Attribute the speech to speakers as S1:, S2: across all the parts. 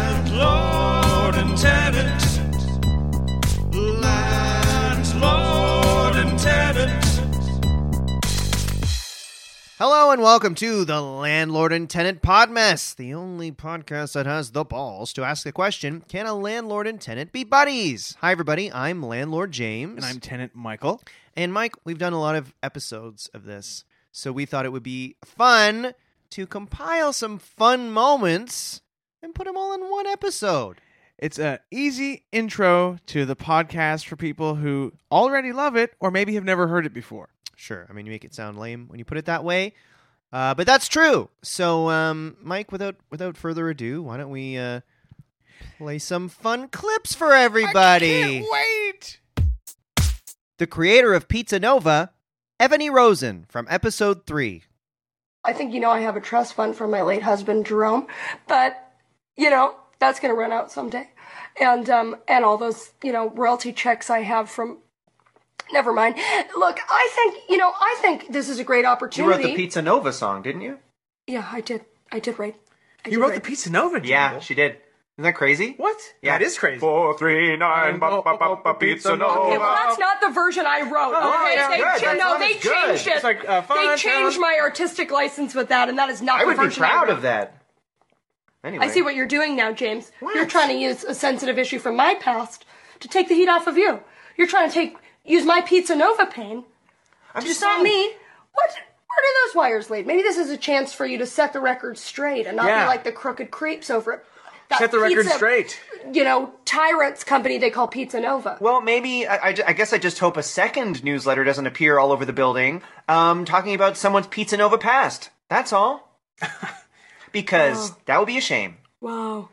S1: Landlord and tenant. Landlord and tenant.
S2: Hello and welcome to the Landlord and Tenant Podmess, the only podcast that has the balls to ask the question, can a landlord and tenant be buddies? Hi everybody, I'm landlord James.
S3: And I'm tenant Michael.
S2: And Mike, we've done a lot of episodes of this, so we thought it would be fun to compile some fun moments and put them all in one episode.
S3: It's an easy intro to the podcast for people who already love it or maybe have never heard it before.
S2: Sure, I mean you make it sound lame when you put it that way, uh, but that's true. So, um, Mike, without without further ado, why don't we uh, play some fun clips for everybody?
S3: wait.
S2: the creator of Pizza Nova, Ebony Rosen from episode three.
S4: I think you know I have a trust fund for my late husband Jerome, but you know that's going to run out someday, and um and all those you know royalty checks I have from. Never mind. Look, I think you know I think this is a great opportunity.
S2: Pizza Nova song, didn't you?
S4: yeah, I did. I did write. I
S3: You
S4: did
S3: wrote
S4: write.
S3: the Pizza Nova jingle.
S2: did. Isn't that crazy?
S3: What?
S2: Yeah.
S3: That is crazy.
S1: Four, three, nine, ba ba ba ba pizza
S4: Okay, well,
S1: nova.
S4: that's not the version I wrote.
S3: Oh,
S4: okay,
S3: yeah,
S4: they,
S3: good.
S4: cha-
S3: That's
S4: no,
S2: not
S4: they
S2: as good.
S4: changed it.
S3: It's like, uh, fun,
S4: they
S3: talent.
S4: changed my artistic license with that, and that is not the version I wrote.
S2: that. Anyway,
S4: I see what you're doing now, James. You're
S2: What?
S4: trying to use a sensitive issue from my past to take the heat off of you. You're trying to take use my pizza nova pain.
S2: I'm
S4: It's not me. What? Where do those wires lead? Maybe this is a chance for you to set the record straight and not
S3: Yeah.
S4: be like the crooked creeps over it.
S3: Set the record straight.
S4: You know, tyrants company they call Pizza Nova.
S2: Well, maybe I, I ju- I guess I just hope a second newsletter doesn't appear all over the building, um, talking about someone's Pizza Nova past. That's all. because that would be a shame.
S4: wow.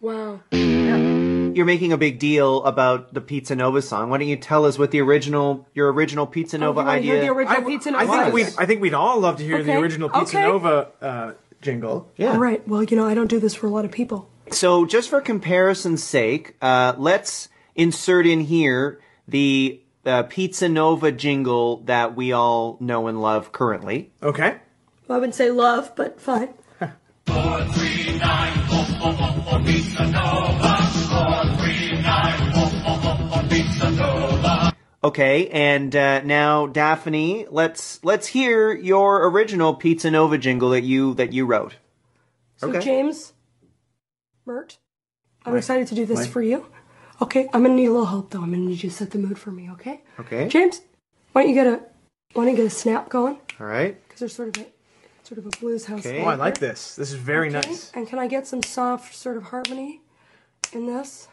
S4: Wow.
S2: You're making a big deal about the Pizza Nova song. Why don't you tell us what the original, your original Pizza Nova
S4: Oh, You wanna hear
S2: idea?
S4: the original
S5: I,
S4: Pizza
S5: I
S4: Nova.
S5: think we'd I think we'd all love to hear the
S4: Okay,
S5: original Pizza
S4: okay.
S5: Nova uh, jingle.
S2: Yeah.
S4: All right. Well, you know, I don't do this for a lot of people.
S2: So, just for comparison's sake, uh, let's insert in here the uh, Pizza Nova jingle that we all know and love currently.
S5: Okay.
S4: Well, I would say love, but fine.
S2: Okay, and uh, now Daphne, let's let's hear your original Pizza Nova jingle that you that you wrote.
S4: So
S2: Okay.
S4: James, Mert, I'm excited to do this
S5: Mike.
S4: for you. Okay, I'm gonna need a little help though. I'm gonna need you to set the mood for me. Okay.
S2: Okay,
S4: James, why don't you get a why don't you get a snap going?
S2: all right.
S4: Because there's sort of a sort of a blues house.
S2: Okay.
S5: Oh, I like this. This is very nice.
S4: And can I get some soft sort of harmony in this?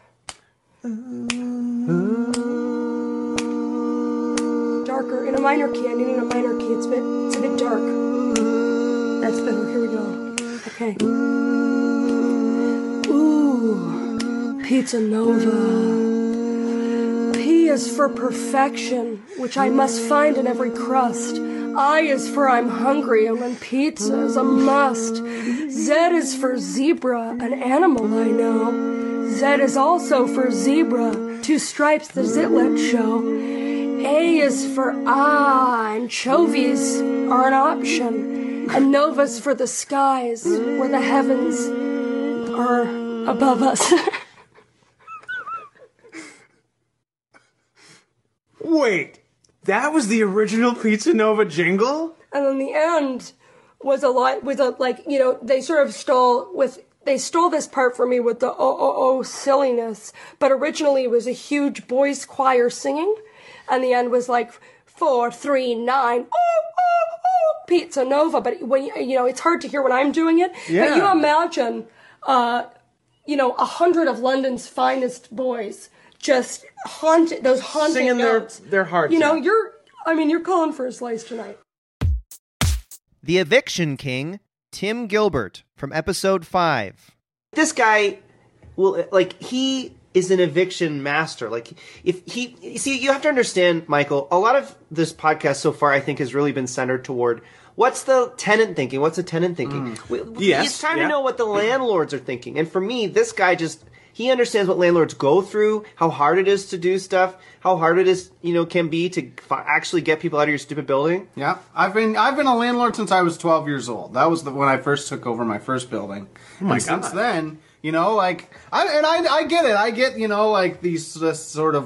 S4: Darker in a minor key. I need it in a minor key. It's a bit it's a bit dark. That's better. Here we go. Okay. Ooh, pizza nova. P is for perfection, which I must find in every crust. I is for I'm hungry, and when pizza is a must. Z is for zebra, an animal I know. Z is also for zebra, two stripes the zitlet show. A is for ah, anchovies are an option. And nova's for the skies, where the heavens are above us.
S5: Wait, that was the original Pizza Nova jingle.
S4: and then the end was a lot was a like you know they sort of stole with they stole this part from me with the oh oh oh silliness but originally it was a huge boys choir singing and the end was like four three nine oh oh oh pizza nova but when you know it's hard to hear when i'm doing it but you
S5: Yeah.
S4: imagine uh you know a hundred of london's finest boys just haunted those haunted
S5: Singing their-
S4: notes.
S5: their hearts
S4: you know
S5: out.
S4: you're i mean you're calling for a slice tonight
S2: The Eviction King, Tim Gilbert from episode five. This guy will like he is an eviction master. Like if he you see you have to understand, Michael, a lot of this podcast so far I think has really been centered toward what's the tenant thinking? What's the tenant thinking? We- we-
S5: Mm. Yes,
S2: It's time to
S5: yeah.
S2: know what the landlords are thinking. And for me, this guy just He understands what landlords go through, how hard it is to do stuff, how hard it is, you know, can be to fi- actually get people out of your stupid building.
S6: Yeah, I've been I've been a landlord since I was 12 years old. That was the, when I first took over my first building. Oh my and Since
S5: God.
S6: then, you know, like I and I I get it. I get you know like these this sort of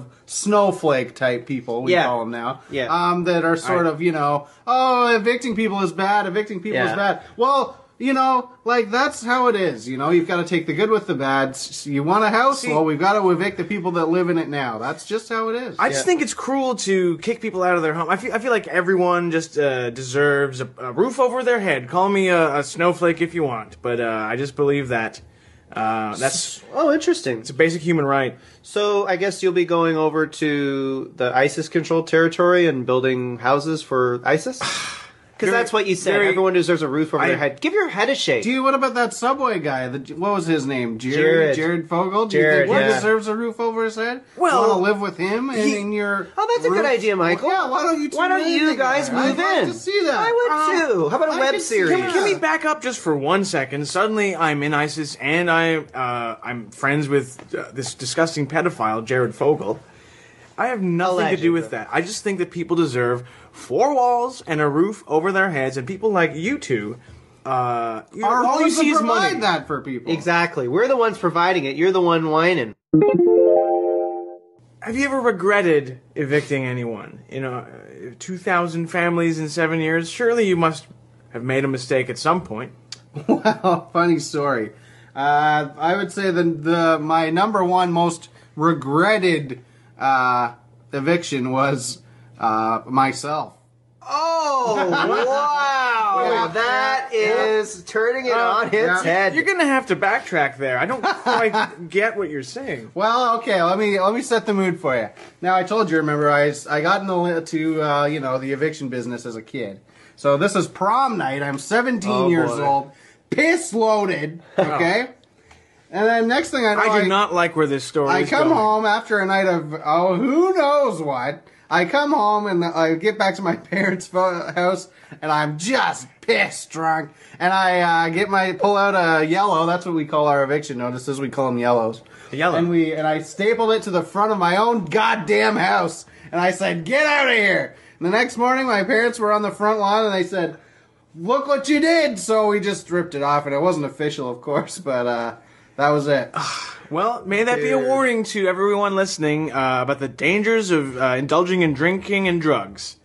S6: snowflake type people we
S2: Yeah.
S6: call them now.
S2: Yeah.
S6: um, that are sort of you know oh evicting people is bad. Evicting people is
S2: Yeah.
S6: bad. Well. You know, like that's how it is. You know, you've got to take the good with the bad. S- You want a house? well, we've got to evict the people that live in it now. That's just how it is.
S5: I just think it's cruel to kick people out of their home. I feel, I feel like everyone just uh, deserves a, a roof over their head. Call me a, a snowflake if you want, but uh, I just believe that uh, that's
S2: Oh, interesting.
S5: it's a basic human right.
S2: So I guess you'll be going over to the ISIS controlled territory and building houses for ISIS? Because
S5: Very-
S2: that's what you said.
S5: very-
S2: Everyone deserves a roof over
S5: I-
S2: their head. Give your head a shake.
S6: Dude, what about that subway guy? The, what was his name?
S2: Jared.
S6: Jared. Jared Fogle. Do
S2: Jared,
S6: you think he
S2: yeah.
S6: deserves a roof over his head?
S5: Well,
S6: want to live with him and
S5: he-
S6: in your?
S2: Oh, that's a good
S6: roof?
S2: idea, Michael.
S6: Yeah, why don't you? Two
S2: Why don't
S6: men
S2: you
S6: together?
S2: guys move
S6: I'd
S2: in?
S6: Like to see that. Um,
S2: I would too. How about a
S6: I
S2: web
S6: could see-
S2: series?
S6: yeah.
S5: Can we back up just for one second? Suddenly, I'm in ISIS and I uh, I'm friends with uh, this disgusting pedophile, Jared Fogle. I have nothing to do with that. I just think that people deserve four walls and a roof over their heads, and people like you two. Uh, you-
S6: Our
S5: all you
S6: homes
S5: see
S6: would
S5: is
S6: provide
S5: money.
S6: that for people.
S2: Exactly. We're the ones providing it. You're the one whining.
S5: Have you ever regretted evicting anyone? You know, uh, 2,000 families in seven years? Surely you must have made a mistake at some point.
S6: Well, Oh, funny story. Uh, I would say the the my number one most regretted uh, eviction was uh, myself.
S2: Oh, wow. That is turning it
S5: Uh,
S2: on its
S6: Oh, yeah.
S2: head.
S5: You're gonna have to backtrack there. I don't quite get what you're saying.
S6: Well, okay, let me let me set the mood for you. Now, I told you, remember, I, I got into uh, you know the eviction business as a kid. So this is prom night. I'm 17
S2: Oh,
S6: years
S2: boy.
S6: old, piss loaded. Okay, and then next thing I know,
S5: I do not like where this story
S6: I
S5: is
S6: come
S5: going.
S6: home after a night of oh who knows what. I come home and I get back to my parents' fo- house and I'm just pissed drunk. And I uh, get my pull out a yellow. That's what we call our eviction notices. We call them yellows.
S5: Yellow.
S6: And we and I stapled it to the front of my own goddamn house. And I said, "Get out of here." And the next morning, my parents were on the front lawn and they said, "Look what you did!" So we just ripped it off, and it wasn't official, of course, but uh, that was it.
S5: Well, may that be a warning to everyone listening uh, about the dangers of uh, indulging in drinking and drugs.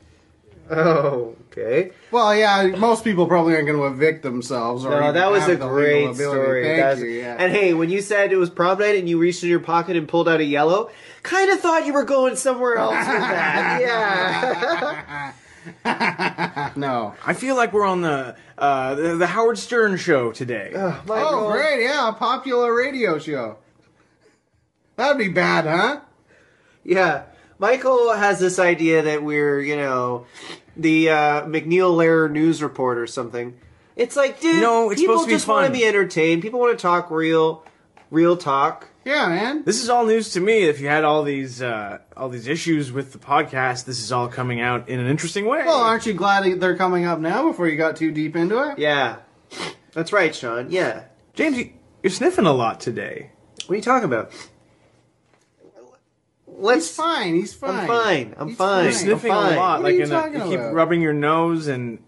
S2: Oh, okay.
S6: Well, yeah, most people probably aren't going to evict themselves. Or
S2: No,
S6: even
S2: that was
S6: have
S2: a
S6: the legal
S2: great
S6: ability.
S2: story.
S6: Thank
S2: That was-
S6: you, yeah.
S2: And hey, when you said it was prom night and you reached in your pocket and pulled out a yellow, kind of thought you were going somewhere else with that. yeah. Ah,
S6: no.
S5: I feel like we're on the uh, the, the Howard Stern show today.
S6: Oh, great! Yeah, a popular radio show. That'd be bad, huh?
S2: Yeah. Michael has this idea that we're, you know, the uh, McNeil Lehrer news report or something. It's like, dude,
S5: No, it's
S2: people
S5: supposed to be
S2: just want
S5: fun.
S2: to be entertained. People want to talk real, real talk.
S6: Yeah, man.
S5: This is all news to me. If you had all these uh, all these issues with the podcast, this is all coming out in an interesting way.
S6: Well, aren't you glad they're coming up now before you got too deep into it?
S2: Yeah. That's right, Sean. Yeah.
S5: James, you- you're sniffing a lot today.
S2: What are you talking about? Let's
S6: He's fine. He's fine.
S2: I'm fine. I'm
S6: He's
S2: fine.
S6: fine.
S5: You're sniffing
S2: I'm fine.
S5: a
S6: What
S5: lot,
S6: are
S5: like
S6: you
S5: in
S6: talking
S5: a, you keep
S6: about?
S5: rubbing your nose and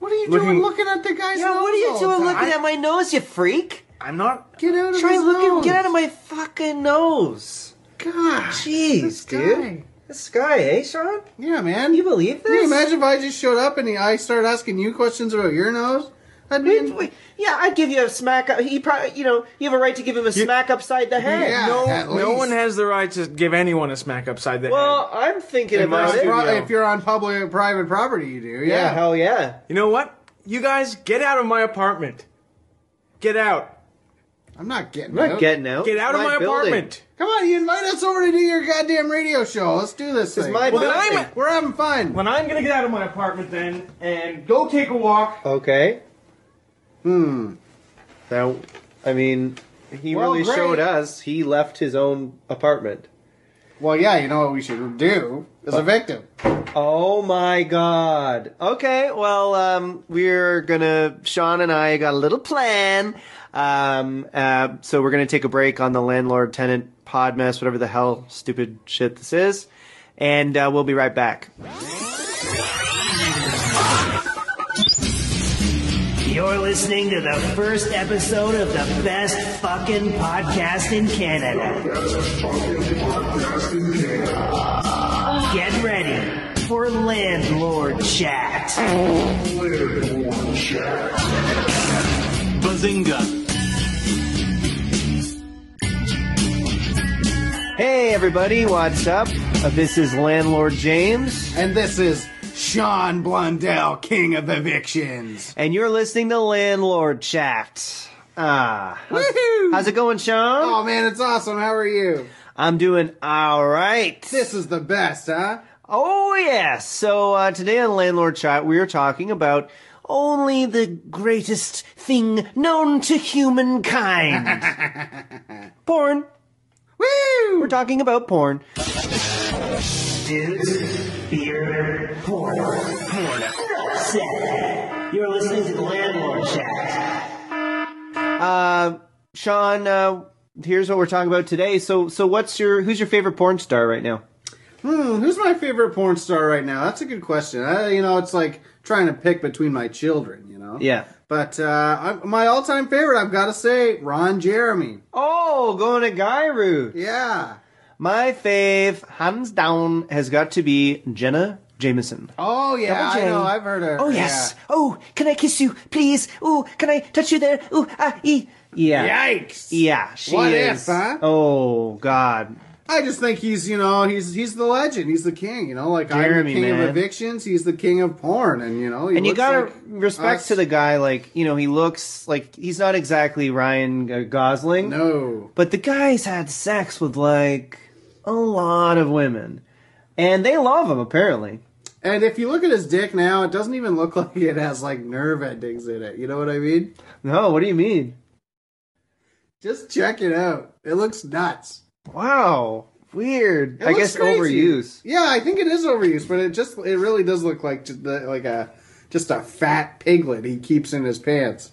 S6: What are you
S5: Looking-
S6: doing looking at the guy's
S2: Yeah,
S6: nose
S2: what are you
S6: all
S2: doing
S6: the time?
S2: looking at my nose, you freak?
S5: I'm not
S6: Get out of
S2: Try
S6: his
S2: looking.
S6: nose.
S2: Get out of my fucking nose.
S6: God.
S2: Jeez,
S6: this
S2: dude.
S6: guy.
S2: This guy, eh, Sean?
S6: Yeah, man.
S2: Can you believe this?
S6: Can you imagine if I just showed up and I started asking you questions about your nose? That'd be
S2: Wait, wait. Yeah, I'd give you a smack up. He probably, you know, you have a right to give him a smack upside the head.
S6: Yeah,
S5: no,
S6: at
S5: no
S6: least.
S5: one has the right to give anyone a smack upside the
S2: Well,
S5: head.
S2: I'm thinking
S5: In my
S2: about it.
S5: studio.
S6: Pro- if you're on public private property, you do.
S2: Yeah,
S6: Yeah.
S2: hell yeah.
S5: You know what? You guys get out of my apartment. Get out.
S6: I'm not getting.
S2: I'm
S6: out.
S2: not getting out.
S5: Get out of
S2: It's
S5: my
S2: building.
S5: apartment.
S6: Come on, you invite us over to do your goddamn radio show. Let's do this.
S2: It's
S6: thing.
S2: my
S5: Well, then
S2: building.
S5: I'm-
S6: We're having fun.
S5: When I'm gonna get out of my apartment then and go take a walk.
S2: Okay. Hmm. Now, I mean, he
S6: Well,
S2: really
S6: great.
S2: showed us he left his own apartment. Uh,
S6: Well, yeah, you know what we should do as a victim.
S2: Oh my god. Okay, well, um, we're gonna, Sean and I got a little plan. Um, uh, so we're gonna take a break on the landlord tenant pod mess, whatever the hell stupid shit this is. And uh, we'll be right back.
S7: You're listening to the first episode of the best fucking podcast in Canada. Get ready for Landlord Chat.
S2: Hey everybody, what's up? Uh, this is Landlord James,
S6: And this is Sean Blundell, King of Evictions.
S2: and you're listening to Landlord Chat. Ah, how's,
S6: Woohoo!
S2: how's it going, Sean?
S6: Oh man, it's awesome. How are you?
S2: I'm doing all right.
S6: This is the best, huh?
S2: Oh yes. So uh, today on Landlord Chat, we are talking about only the greatest thing known to humankind: porn. Woo! We're talking about porn.
S7: Dudes, beer, porn, porn, set. You're listening to the Landlord Chat.
S2: Uh, Sean, uh, here's what we're talking about today. So, so what's your who's your favorite porn star right now?
S6: Hmm, who's my favorite porn star right now? That's a good question. I, you know, it's like trying to pick between my children. You know.
S2: Yeah.
S6: But uh, I, my all-time favorite, I've got to say, Ron Jeremy.
S2: Oh, going to guy route.
S6: Yeah.
S2: My fave, hands down, has got to be Jenna Jameson.
S6: Oh yeah,
S2: Double
S6: I
S2: J.
S6: know. I've heard her.
S2: Oh yes. Oh, can I kiss you, please? Oh, can I touch you there? Ooh, ah, ee. Yeah.
S6: Yeah. Yikes.
S2: Yeah, she
S6: What if,
S2: is.
S6: huh?
S2: Oh God.
S6: I just think he's, you know, he's he's the legend. He's the king. You know, like
S2: Jeremy,
S6: I'm the king
S2: man.
S6: of evictions. He's the king of porn, and you know, he
S2: And you
S6: looks
S2: gotta
S6: like
S2: respect
S6: us.
S2: to the guy. Like you know, he looks like he's not exactly Ryan uh, Gosling.
S6: no.
S2: But the guy's had sex with like a lot of women, and they love him apparently.
S6: And if you look at his dick now, it doesn't even look like it has like nerve endings in it. You know what I mean?
S2: No, what do you mean?
S6: Just check it out. It looks nuts.
S2: Wow, weird.
S6: It
S2: I
S6: looks
S2: guess
S6: crazy.
S2: overuse.
S6: Yeah, I think it is overuse, but it just it really does look like just the, like a just a fat piglet he keeps in his pants.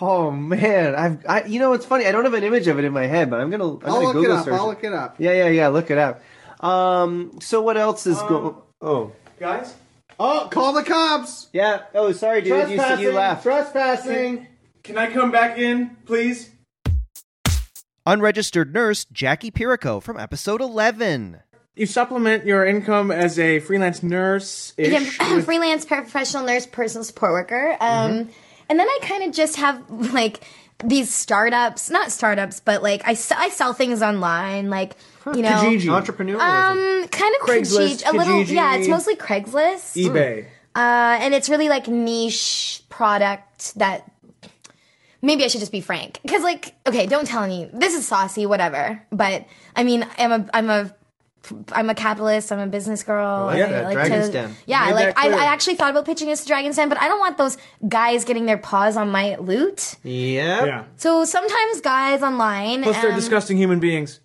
S2: Oh man, I've I, you know it's funny. I don't have an image of it in my head, but I'm gonna I'm
S6: I'll
S2: gonna
S6: look it
S2: Google
S6: up.
S2: search.
S6: I'll
S2: it.
S6: look it up.
S2: Yeah, yeah, yeah. Look it up. Um, so what else is going?
S6: Um,
S2: Oh,
S5: Guys?
S6: Oh, call the cops!
S2: yeah. Oh, sorry, dude. You you left.
S6: Trespassing.
S5: Can I come back in, please?
S2: Unregistered nurse Jackie Pirico from episode 11.
S5: You supplement your income as a freelance nurse ish.
S8: I'm a freelance professional nurse, personal support worker. Um,
S5: Mm-hmm.
S8: And then I kind of just have like these startups, not startups, but like I, se- I sell things online, like, you know,
S5: Kijiji,
S2: Entrepreneurialism.
S8: um, kind of
S5: Craigslist,
S8: Kijiji, a little,
S5: Kijiji.
S8: yeah, it's mostly Craigslist.
S5: eBay.
S8: Uh, and it's really like niche product that maybe I should just be frank because like okay, don't tell me this is saucy, whatever. But I mean, I'm a I'm a I'm a capitalist. I'm a business
S5: Oh,
S8: girl.
S2: like that, Dragon's Den.
S8: Yeah,
S5: Made
S8: like
S5: that
S8: I,
S5: clear.
S8: I actually thought about pitching this to Dragon's Den, but I don't want those guys getting their paws on my loot.
S2: yeah.
S5: Yeah.
S8: So sometimes guys online,
S5: Plus, they're
S8: um,
S5: disgusting human beings.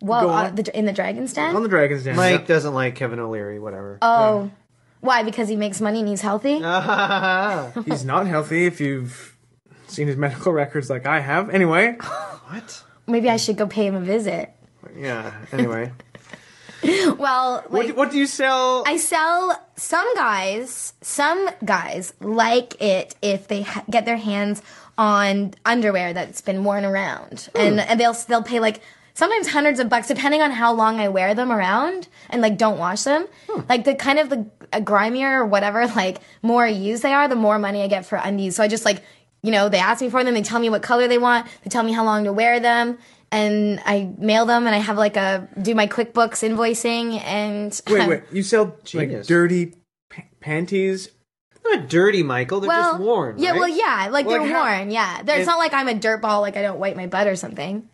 S8: well,
S5: go
S8: uh,
S5: on.
S8: the, in the Dragon's Den.
S5: On the Dragon's Den.
S2: Mike doesn't like Kevin O'Leary, whatever.
S8: oh, why? Because he makes money and he's healthy.
S5: He's not healthy if you've seen his medical records like I have. Anyway,
S2: what?
S8: Maybe I should go pay him a visit.
S2: Yeah, anyway.
S8: Well, like,
S5: what, what do you sell?
S8: I sell some guys, some guys like it if they ha- get their hands on underwear that's been worn around,
S5: Hmm.
S8: and, and they'll they'll pay like sometimes hundreds of bucks depending on how long I wear them around and like don't wash them.
S5: Hmm.
S8: Like the kind of the uh, grimier or whatever, like more used they are, the more money I get for undies. So I just like you know they ask me for them, they tell me what color they want, they tell me how long to wear them. And I mail them, and I have like a do my QuickBooks invoicing, and
S5: wait, wait. You sell like
S2: Genius.
S5: dirty pa- panties?
S2: Not dirty, Michael. They're
S8: well,
S2: just worn.
S8: Yeah,
S2: right?
S8: well, yeah, like,
S5: Like
S8: they're
S5: how-
S8: worn. Yeah, They're- it's not like I'm a dirt ball, like I don't wipe my butt or something.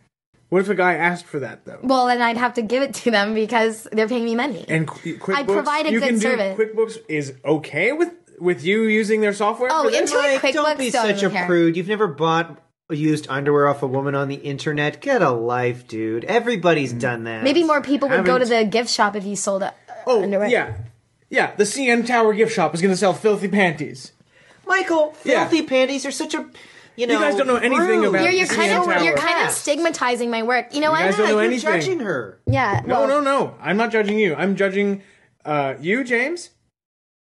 S5: What if a guy asked for that though?
S8: Well, then I'd have to give it to them because they're paying me money.
S5: And Qu- QuickBooks,
S8: I provide a
S5: you
S8: good
S5: can
S8: service.
S5: do QuickBooks is okay with with you using their software.
S8: oh,
S5: for that?
S8: Intuit
S2: Mike,
S8: QuickBooks
S2: don't be
S8: don't
S2: such
S8: even
S2: a
S8: care.
S2: prude. You've never bought used underwear off a woman on the internet. Get a life, dude. Everybody's
S5: Mm.
S2: done that.
S8: Maybe more people would go to
S5: Haven't-
S8: the gift shop if you sold uh,
S5: Oh,
S8: underwear.
S5: yeah. Yeah, the CN Tower gift shop is going to sell filthy panties.
S2: Michael,
S5: Yeah.
S2: filthy panties are such a you know.
S5: guys don't know anything
S2: rude.
S5: about
S8: You're, you're
S5: The
S8: kind
S5: CN
S8: of you're
S5: Tower.
S8: kind of stigmatizing my work. You know what?
S5: guys don't know
S2: You're
S5: anything.
S2: judging her.
S8: yeah.
S5: No,
S8: well,
S5: no, no. I'm not judging you. I'm judging uh, you, James,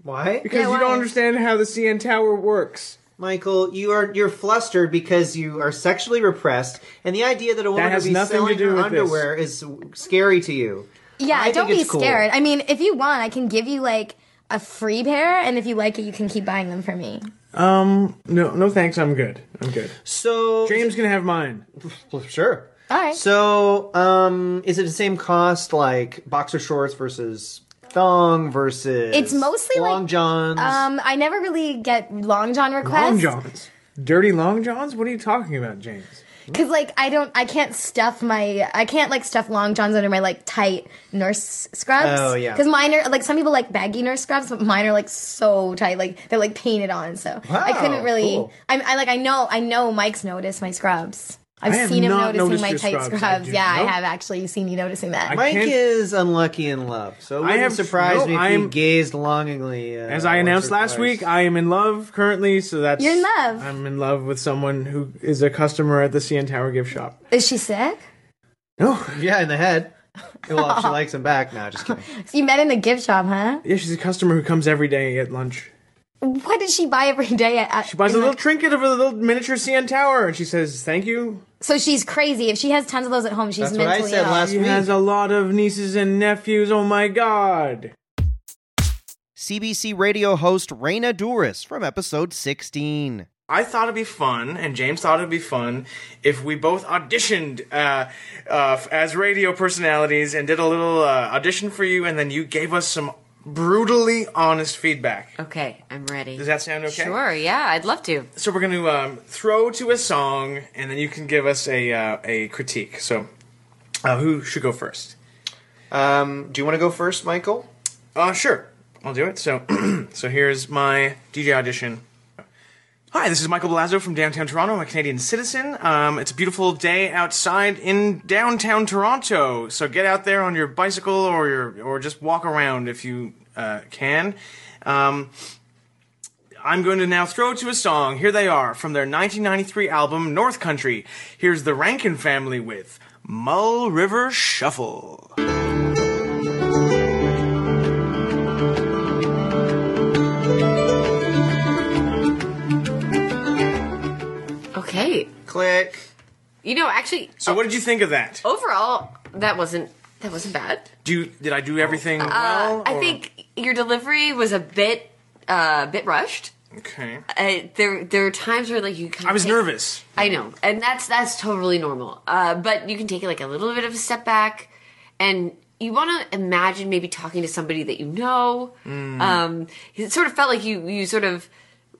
S2: Why,
S5: because
S8: Yeah,
S5: you don't
S8: why?
S5: understand how the CN Tower works.
S2: Michael? You are you're flustered because you are sexually repressed, and the idea that a woman
S5: has
S2: would be
S5: nothing to
S2: selling
S5: do
S2: her
S5: with
S2: underwear is scary to you.
S8: Yeah,
S2: I
S8: don't
S2: think
S8: be
S2: it's cool.
S8: scared. I mean, if you want, I can give you like a free pair, and if you like it, you can keep buying them for me.
S5: Um, no, no, thanks. I'm good. I'm good.
S2: So
S5: James can have mine.
S2: Well, sure.
S8: All right.
S2: So, um, is it the same cost like boxer shorts versus thong versus?
S8: It's mostly, like,
S2: long johns.
S8: um, I never really get long john
S5: Long
S8: requests
S5: johns, dirty long johns. What are you talking about, James?
S8: because like I don't, I can't stuff my, I can't like stuff long johns under my like tight nurse scrubs.
S2: Oh, yeah.
S8: Because mine are like some people like baggy nurse scrubs, but mine are like so tight, like they're like painted on. So I couldn't really.
S2: cool.
S8: I, I like I know I know Mike's noticed my scrubs. I've
S5: I have
S8: seen him
S5: not
S8: noticing
S5: noticed
S8: my
S5: your
S8: tight
S5: scrubs. I
S8: scrubs.
S5: do
S8: yeah,
S5: not-
S8: I have actually seen you noticing that.
S5: I
S2: Mike
S5: can't-
S2: is unlucky in love, so it wouldn't
S5: have-
S2: surprise
S5: no,
S2: me if
S5: I'm-
S2: you gazed longingly. Uh,
S5: As I
S2: once
S5: announced
S2: or
S5: last
S2: twice.
S5: week, I am in love currently. So that's
S8: You're in love.
S5: I'm in love with someone who is a customer at the CN Tower gift shop.
S8: Is she sick?
S5: No,
S2: yeah, in the head. Well, if she likes him back. No, just kidding.
S8: So you met in the gift shop, huh?
S5: yeah, she's a customer who comes every day at lunch.
S8: What did she buy every day? At, at,
S5: She buys a
S8: in the-
S5: little trinket of a little miniature CN Tower, and she says, "Thank you."
S8: so she's crazy. If she has tons of those at home, she's
S2: That's what I
S8: mentally
S2: said
S8: ill.
S2: last
S5: She
S2: week.
S5: has a lot of nieces and nephews. Oh my god!
S2: CBC radio host Raina Duras from episode 16.
S5: I thought it'd be fun, and James thought it'd be fun if we both auditioned uh, uh, f- as radio personalities and did a little uh, audition for you, and then you gave us some brutally honest feedback.
S9: Okay, I'm ready.
S5: Does that sound okay?
S9: Sure, yeah, I'd love to.
S5: So we're going to um, throw to a song, and then you can give us a uh, a critique. So, uh, who should go first?
S2: Um, do you want to go first, Michael?
S5: Uh, sure. I'll do it. So, so here's my DJ audition. Hi, this is Michael Belazzo from downtown Toronto. I'm a Canadian citizen. Um, it's a beautiful day outside in downtown Toronto. So get out there on your bicycle or your or just walk around if you uh, can. Um, I'm going to now throw to a song. Here they are from their 1993 album North Country. Here's the Rankin Family with Mull River Shuffle.
S9: Okay.
S2: Click.
S9: You know, actually,
S5: So what did you think of that?
S9: overall, that wasn't that wasn't bad. Uh,
S5: Do you, did I do everything well?
S9: I
S5: or-
S9: think your delivery was a bit uh, bit rushed.
S5: Okay.
S9: Uh, there there are times where like you kind of
S5: I was
S9: take-
S5: nervous.
S9: I know, and that's that's totally normal. Uh, but you can take like a little bit of a step back, and you want to imagine maybe talking to somebody that you know.
S5: Mm-hmm.
S9: Um, it sort of felt like you you sort of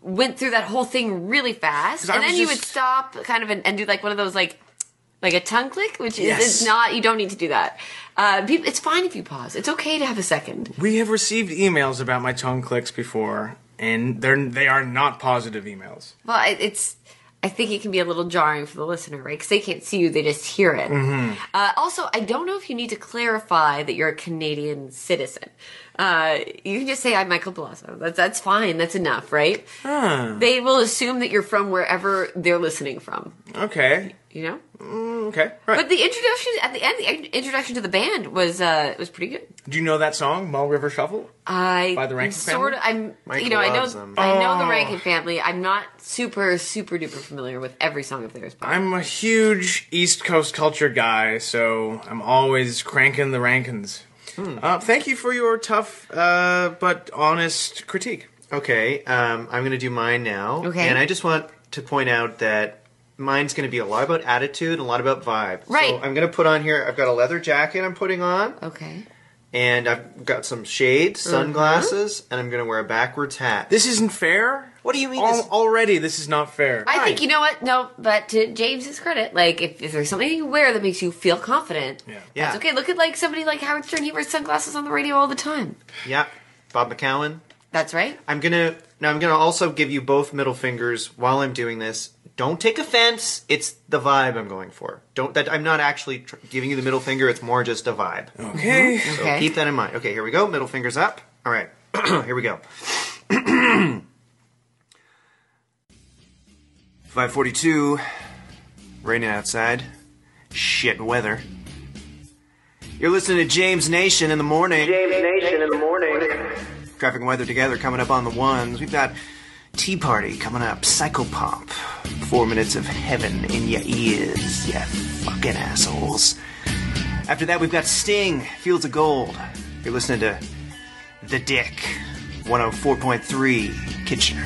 S9: went through that whole thing really fast,
S5: 'Cause I
S9: and then
S5: was
S9: you
S5: just-
S9: would stop kind of and, and do like one of those like like a tongue click, which is-
S5: Yes.
S9: is, not you don't need to do that. Uh, people, it's fine if you pause. It's okay to have a second.
S5: We have received emails about my tongue clicks before, and they're they are not positive emails.
S9: Well, it, it's. I think it can be a little jarring for the listener, right? Because they can't see you; they just hear it.
S5: Mm-hmm.
S9: Uh, also, I don't know if you need to clarify that you're a Canadian citizen. Uh, you can just say I'm Michael Blasio. That's that's fine. That's enough, right?
S5: Mm.
S9: They will assume that you're from wherever they're listening from.
S5: Okay.
S9: You know.
S5: Okay. Right.
S9: But the introduction at the end, the in- introduction to the band was uh, was pretty good.
S5: do you know that song, Mall River Shuffle?
S9: I
S5: By the Rankin
S9: sort of. I'm
S2: Michael
S9: you know I know
S2: loves them.
S9: I know
S5: Oh.
S9: the Rankin family. I'm not super super duper familiar with every song of theirs. But
S5: I'm a huge East Coast culture guy, so I'm always cranking the Rankins.
S2: Hmm.
S5: Uh, thank you for your tough uh, but honest critique.
S2: Okay, um, I'm going to do mine now.
S9: Okay.
S2: And I just want to point out that mine's going to be a lot about attitude and a lot about vibe.
S9: Right.
S2: So I'm going to put on here, I've got a leather jacket I'm putting on,
S9: okay.
S2: and I've got some shades, sunglasses, and I'm going to wear a backwards hat.
S5: This isn't fair.
S2: what do you mean?
S5: Al-
S2: this-
S5: already, this is not fair.
S9: I think you know what? No, but to James's credit, like if, if there's something you wear that makes you feel confident, yeah,
S2: Yeah.
S9: that's okay. Look at like somebody like Howard Stern; he wears sunglasses on the radio all the time.
S2: yeah, Bob McCowan.
S9: That's right.
S2: I'm going to, now I'm going to also give you both middle fingers while I'm doing this. don't take offense. It's the vibe I'm going for. Don't that I'm not actually tr- giving you the middle finger. It's more just a vibe.
S5: Okay.
S2: So
S9: Mm-hmm. Okay.
S2: keep that in mind. Okay, here we go. Middle fingers up. All right. here we go. 542. Raining outside. Shit weather. You're listening to James Nation in the morning. James Nation in the morning. Traffic and weather together coming up on the ones. We've got Tea Party coming up. Psychopomp. Four minutes of heaven in your ears, you fucking assholes. After that, we've got Sting, Fields of Gold. You're listening to The Dick, 104.3 Kitchener.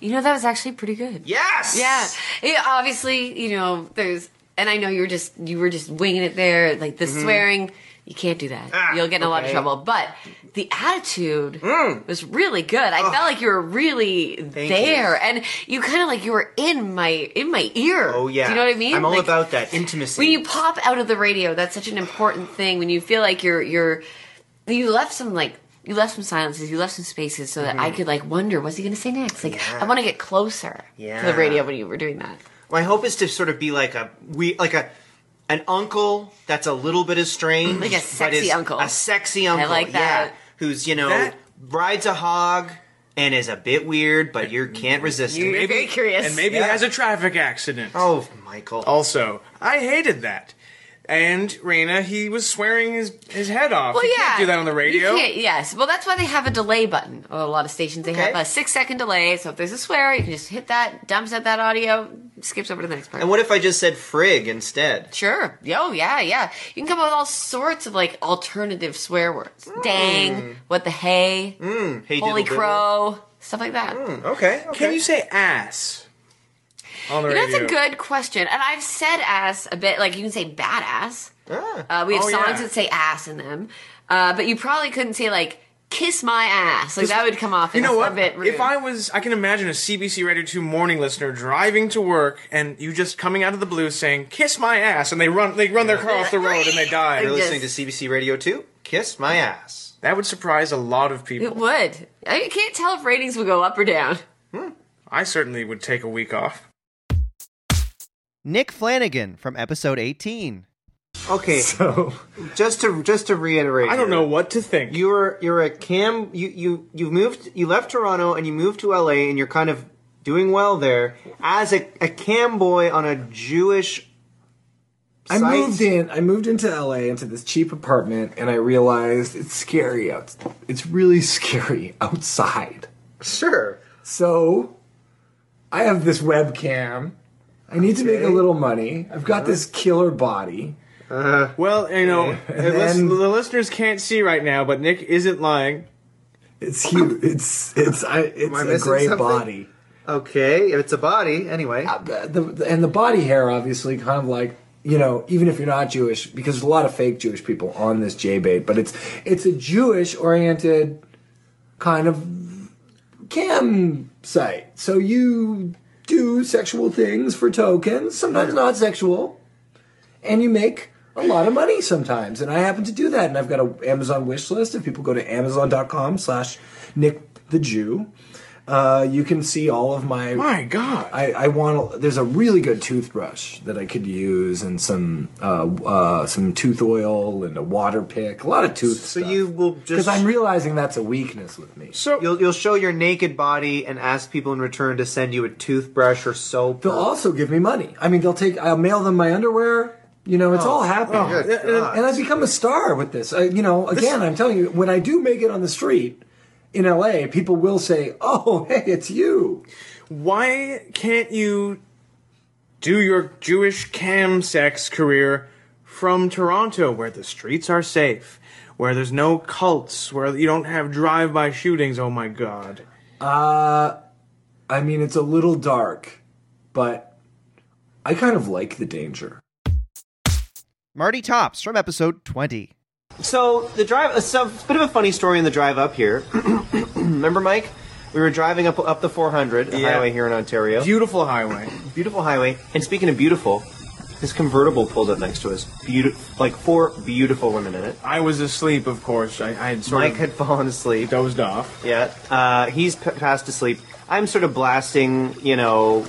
S9: You know, that was actually pretty good.
S2: Yes!
S9: Yeah. It, obviously, you know, there's, and I know you were just, you were just winging it there. Like the swearing, you can't do that.
S2: Mm-hmm. Ah,
S9: You'll get in a lot of
S2: okay. Mm.
S9: trouble. But the attitude was really good. I felt like you were really there, and you kind of like you were in my in my ear.
S2: Oh, yeah.
S9: Do you know what I mean?
S2: I'm all
S9: Like,
S2: about that intimacy.
S9: when you pop out of the radio that's such an important thing when you feel like you're you're you left some like you left some silences you left some spaces so that i could like wonder what's he going to say next like
S2: Mm-hmm. Yeah.
S9: i want to get closer to
S2: Yeah.
S9: the radio when you were doing that
S2: My hope is to sort of be like a we like a an uncle that's a little bit estranged,
S9: Like a
S2: but
S9: sexy
S2: is
S9: uncle.
S2: a sexy uncle.
S9: like
S2: Yeah,
S9: that.
S2: who's you know
S5: That-
S2: rides a hog and is a bit weird, but you can't resist
S9: You're
S2: it.
S9: very curious
S5: And maybe has a traffic accident.
S2: Oh, Michael!
S5: Also, I hated that. And Raina, he was swearing his, his head off.
S9: well,
S5: you
S9: yeah.
S5: can't do that on the
S9: You
S5: radio.
S9: can't- yes. Well, that's why they have a delay button. Oh, a lot of stations they have
S2: Okay.
S9: a six-second delay. So if there's a swear, you can just hit that, dumps out that audio, skips over to the next part.
S2: and what if I just said frig instead?
S9: Sure. Yo, yeah, yeah. You can come up with all sorts of like alternative swear words.
S5: Hmm.
S9: Dang, what the hey,
S2: Hey,
S9: holy
S2: diddle
S9: crow, stuff like that.
S5: Hmm,
S2: diddle. Okay, okay.
S5: Can you say ass on the
S9: You know,
S5: radio?
S9: that's a good question. And I've said ass a bit. Like you can say badass. Uh, we have
S5: Oh,
S9: songs
S5: yeah.
S9: that say ass in them, uh, but you probably couldn't say like kiss my ass. Like that would come off.
S5: You
S9: as
S5: know what?
S9: A bit rude.
S5: If I was, I can imagine a CBC Radio 2 morning listener driving to work and you just coming out of the blue saying, kiss my ass, and they run, they run their car off the road and they die.
S2: You're
S9: Yes.
S2: listening to CBC Radio Two. Kiss my ass.
S5: That would surprise a lot of
S9: it
S5: people.
S9: would. I mean, can't tell if ratings would go up or down.
S2: Hmm.
S5: I certainly would take a week off.
S2: Nick Flanagan from episode 18.
S6: Okay,
S5: So,
S6: just to just to reiterate,
S5: I don't
S6: here.
S5: know what to think.
S6: you were you're a cam you you you moved you left Toronto and you moved to LA and you're kind of doing well there as a, a cam boy on a Jewish
S10: I
S6: site.
S10: moved in. I moved into LA into this cheap apartment, and I realized it's scary out. It's really scary outside.
S6: sure
S10: So, I have this webcam. I need to make a little money. I've got this killer body.
S5: Well, you know, the lis-
S10: then-
S5: the listeners can't see right now, but Nick isn't lying.
S10: It's huge. It's it's I, it's
S6: I
S10: a
S6: missing
S10: great
S6: something?
S10: body.
S6: okay if it's a body anyway
S10: Uh, the, the- and the body hair, obviously, kind of like you know, even if you're not Jewish, because there's a lot of fake Jewish people on this J bait, but it's it's a Jewish oriented kind of cam site. So you do sexual things for tokens, sometimes not sexual, and you make a lot of money sometimes. And I happen to do that, and I've got an Amazon wish list. If people go to Amazon.com/slash Nick the Jew. Uh, you can see all of my
S5: My God.
S10: I, I want. to There's a really good toothbrush that I could use, and some uh, uh, some tooth oil and a water pick. A lot of tooth.
S6: so you will
S10: because
S6: just
S10: I'm realizing that's a weakness with me.
S5: So,
S6: you'll you'll show your naked body and ask people in return to send you a toothbrush or soap
S10: They'll also give me money. I mean, they'll take. I'll mail them my underwear. You know, it's all happening.
S6: Oh, Good God.
S10: and I become a star with this. I, you know, again, I'm telling you, when I do make it on the street in LA, people will say, "Oh, hey, it's you."
S5: why can't you do your Jewish cam sex career from Toronto, where the streets are safe, where there's no cults, where you don't have drive-by shootings? Oh my God!
S10: Uh,
S2: Uh,
S10: I mean, it's a little dark, but I kind of like the danger.
S2: Marty Tops from episode 20.
S6: So the drive, uh, so it's a bit of a funny story in the drive up here. Remember, Mike, we were driving up up the 400 a
S5: Yeah.
S6: highway here in Ontario.
S5: Beautiful highway.
S6: beautiful highway. And speaking of beautiful,
S2: His convertible pulled up next to us. Beautiful, like four beautiful women in it.
S5: I was asleep, of course. I, I had sort
S2: Mike
S5: of
S2: had fallen asleep.
S5: dozed off.
S2: Yeah, uh, he's p- fast asleep. I'm sort of blasting, you know,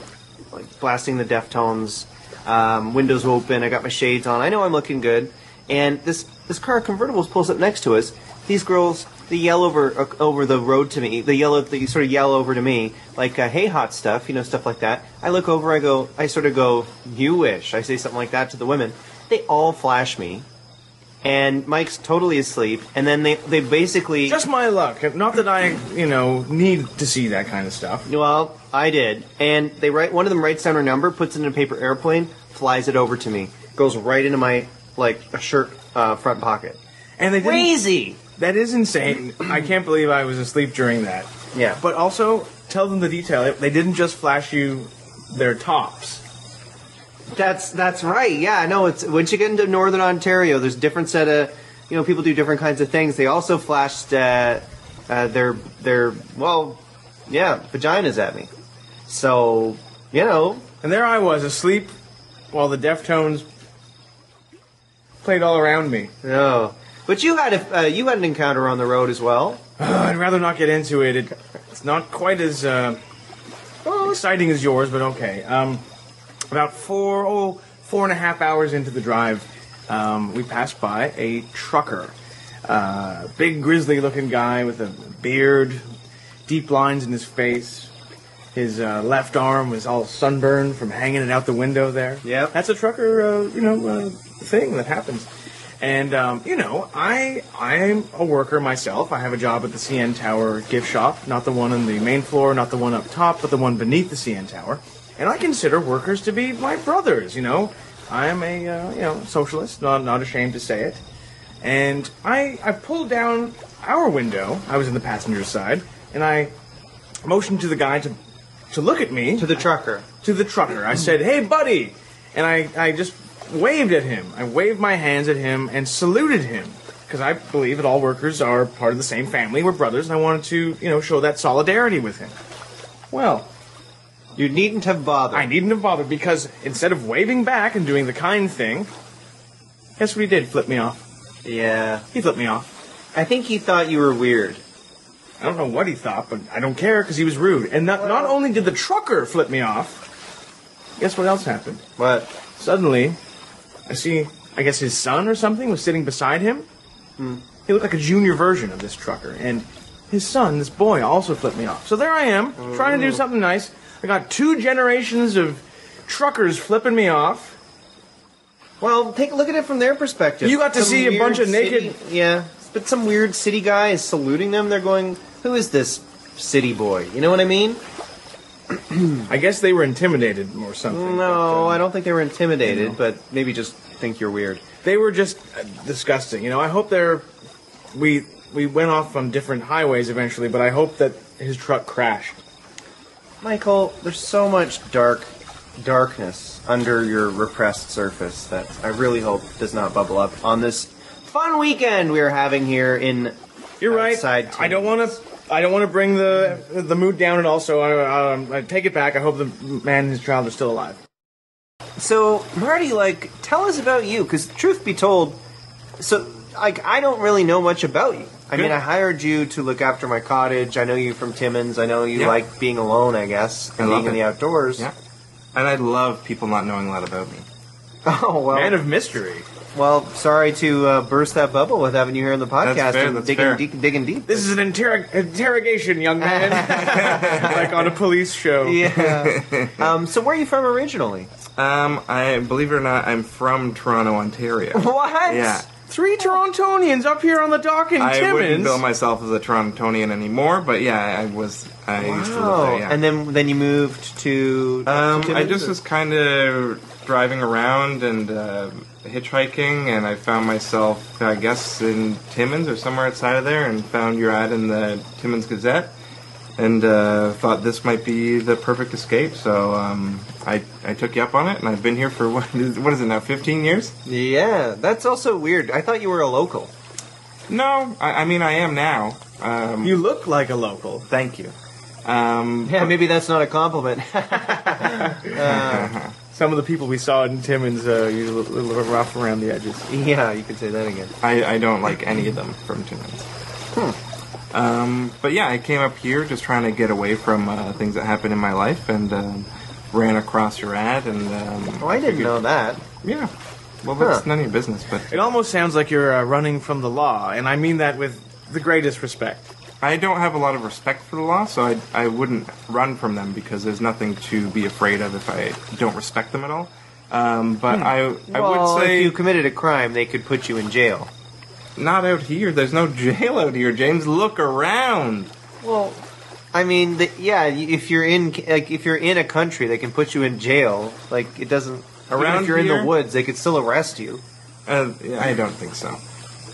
S2: like blasting the Deftones. Um, windows open. I got my shades on. I know I'm looking good. And this this car of convertibles pulls up next to us. These girls, they yell over uh, over the road to me. They yell, they sort of yell over to me, like uh, "Hey, hot stuff," you know, stuff like that. I look over. I go, I sort of go, "You wish." I say something like that to the women. They all flash me, and Mike's totally asleep. And then they they basically
S5: Just my luck. Not that I, you know, need to see that kind of stuff.
S2: Well, I did, and they write one of them writes down her number, puts it in a paper airplane, flies it over to me, goes right into my like a shirt uh, front pocket.
S5: And they didn't,
S2: Crazy.
S5: That is insane. I can't believe I was asleep during that.
S2: Yeah.
S5: But also, tell them the detail. They didn't just flash you their tops.
S2: That's that's right. Yeah, no. It's once you get into northern Ontario, there's different set of you know people do different kinds of things. They also flashed uh, uh, their their well, yeah, vaginas at me. So you know,
S5: And there I was, asleep while the Deftones played all around me.
S2: no. Oh, But you had a uh, you had an encounter on the road as well.
S5: I'd rather not get into it. it it's not quite as uh, exciting as yours, but okay. Um, about four, oh, four and a half hours into the drive, um, we passed by a trucker. Uh, big grizzly looking guy with a beard, deep lines in his face. His uh, left arm was all sunburned from hanging it out the window there.
S2: Yep.
S5: that's a trucker, uh, you know, uh, thing that happens. And um, you know, I I'm a worker myself. I have a job at the CN Tower gift shop, not the one on the main floor, not the one up top, but the one beneath the CN Tower. And I consider workers to be my brothers. You know, I'm a uh, you know socialist, not not ashamed to say it. And I I pulled down our window. I was in the passenger side, and I motioned to the guy to to look at me
S2: To the trucker.
S5: to the trucker. I said, "Hey, buddy," and I, I just waved at him. I waved my hands at him and saluted him because I believe that all workers are part of the same family. We're brothers, and I wanted to you know show that solidarity with him. Well,
S2: You needn't have bothered.
S5: I needn't have bothered because instead of waving back and doing the kind thing, guess what he did? Flip me off.
S2: Yeah.
S5: He flipped me off.
S2: I think he thought you were weird.
S5: I don't know what he thought, but I don't care because he was rude. And not, not only did the trucker flip me off, guess what else happened?
S2: What?
S5: Suddenly, I see, I guess his son or something was sitting beside him. He looked like a junior version of this trucker. And his son, this boy, also flipped me off. So there I am, trying to
S2: Oh.
S5: do something nice. I got two generations of truckers flipping me off.
S2: Well, take a look at it from their perspective.
S5: You got to
S2: Some
S5: see a
S2: weird
S5: bunch of naked-
S2: city- yeah, but some weird city guy is saluting them. They're going, "Who is this city boy?" You know what I mean?
S5: I guess they were intimidated or something.
S2: No, I don't think they were intimidated, but maybe just think you're weird.
S5: They were just uh, disgusting. You know, I hope they're. We, we went off on different highways eventually, but I hope that his truck crashed.
S2: Mm, Michael, there's so much dark darkness under your repressed surface that I really hope does not bubble up on this fun weekend we are having here in
S5: You're right.
S2: outside
S5: I don't want to. I don't want to bring the the mood down, and also I, um, I take it back. I hope the man and his child are still alive.
S2: So, Marty, like, tell us about you, because truth be told, so, like, I don't really know much about you. I mean,
S5: Good.
S2: I hired you to look after my cottage. I know you from Timmins. I know you
S11: Yeah.
S2: like being alone, I guess, and
S11: I love
S2: being in the
S11: it.
S2: outdoors.
S11: Yeah. And I love people not knowing a lot about me.
S2: Oh, well,
S5: Man of mystery.
S2: well sorry to uh, burst that bubble with having you here on the podcast
S11: fair,
S2: and
S11: that's
S2: digging,
S11: fair.
S2: Deep, digging deep.
S5: This is an interrog interrogation, young man, like on a police show.
S2: yeah. um, so, where are you from originally?
S11: Um, I believe it or not, I'm from Toronto, Ontario.
S2: What?
S11: Yeah.
S5: Three Torontonians up here on the dock in
S11: I wouldn't
S5: Timmins.
S11: bill myself as a Torontonian anymore, but yeah, I I was. I used to live
S2: Oh,
S11: there. Yeah.
S2: and then then you moved to.
S11: Um,
S2: to
S11: I
S2: Timmins,
S11: just
S2: or-
S11: was kind of driving around and uh, hitchhiking, and I found myself, I guess, in Timmins or somewhere outside of there, and found your ad in the Timmins Gazette, and uh, thought this might be the perfect escape. So um, I I took you up on it, and I've been here for what is, what is it now, 15 years?
S2: Yeah, that's also weird. I thought you were a local.
S11: No, I, I mean I am now. Um,
S5: You look like a local.
S11: thank you. Um,
S2: Yeah, maybe that's not a compliment. Uh,
S5: Some of the people we saw in Timmins uh, usually a little rough around the edges.
S11: Yeah, you could say that again. I, I don't like any of them from Timmins. Um, but yeah, I came up here just trying to get away from uh, things that happened in my life and um, ran across your ad and. Um, oh, I didn't know
S2: that.
S11: Yeah. Well, that's
S5: Huh.
S11: none of your business, but.
S5: It almost sounds like you're uh, running from the law, and I mean that with the greatest respect.
S11: I don't have a lot of respect for the law, so I, I wouldn't run from them because there's nothing to be afraid of if I don't respect them at all. Um, but
S2: Hmm.
S11: I, I
S2: Well,
S11: would
S2: if
S11: say
S2: you committed a crime, they could put you in jail.
S11: Not out here. There's no jail out here, James. Look around.
S2: Well, I mean, the, yeah. y- If you're in, like, if you're in a country, they can put you in jail. Like, it doesn't. Around
S11: Around
S2: if you're in
S11: here?
S2: the woods, they could still arrest you.
S11: Uh, yeah, I don't think so.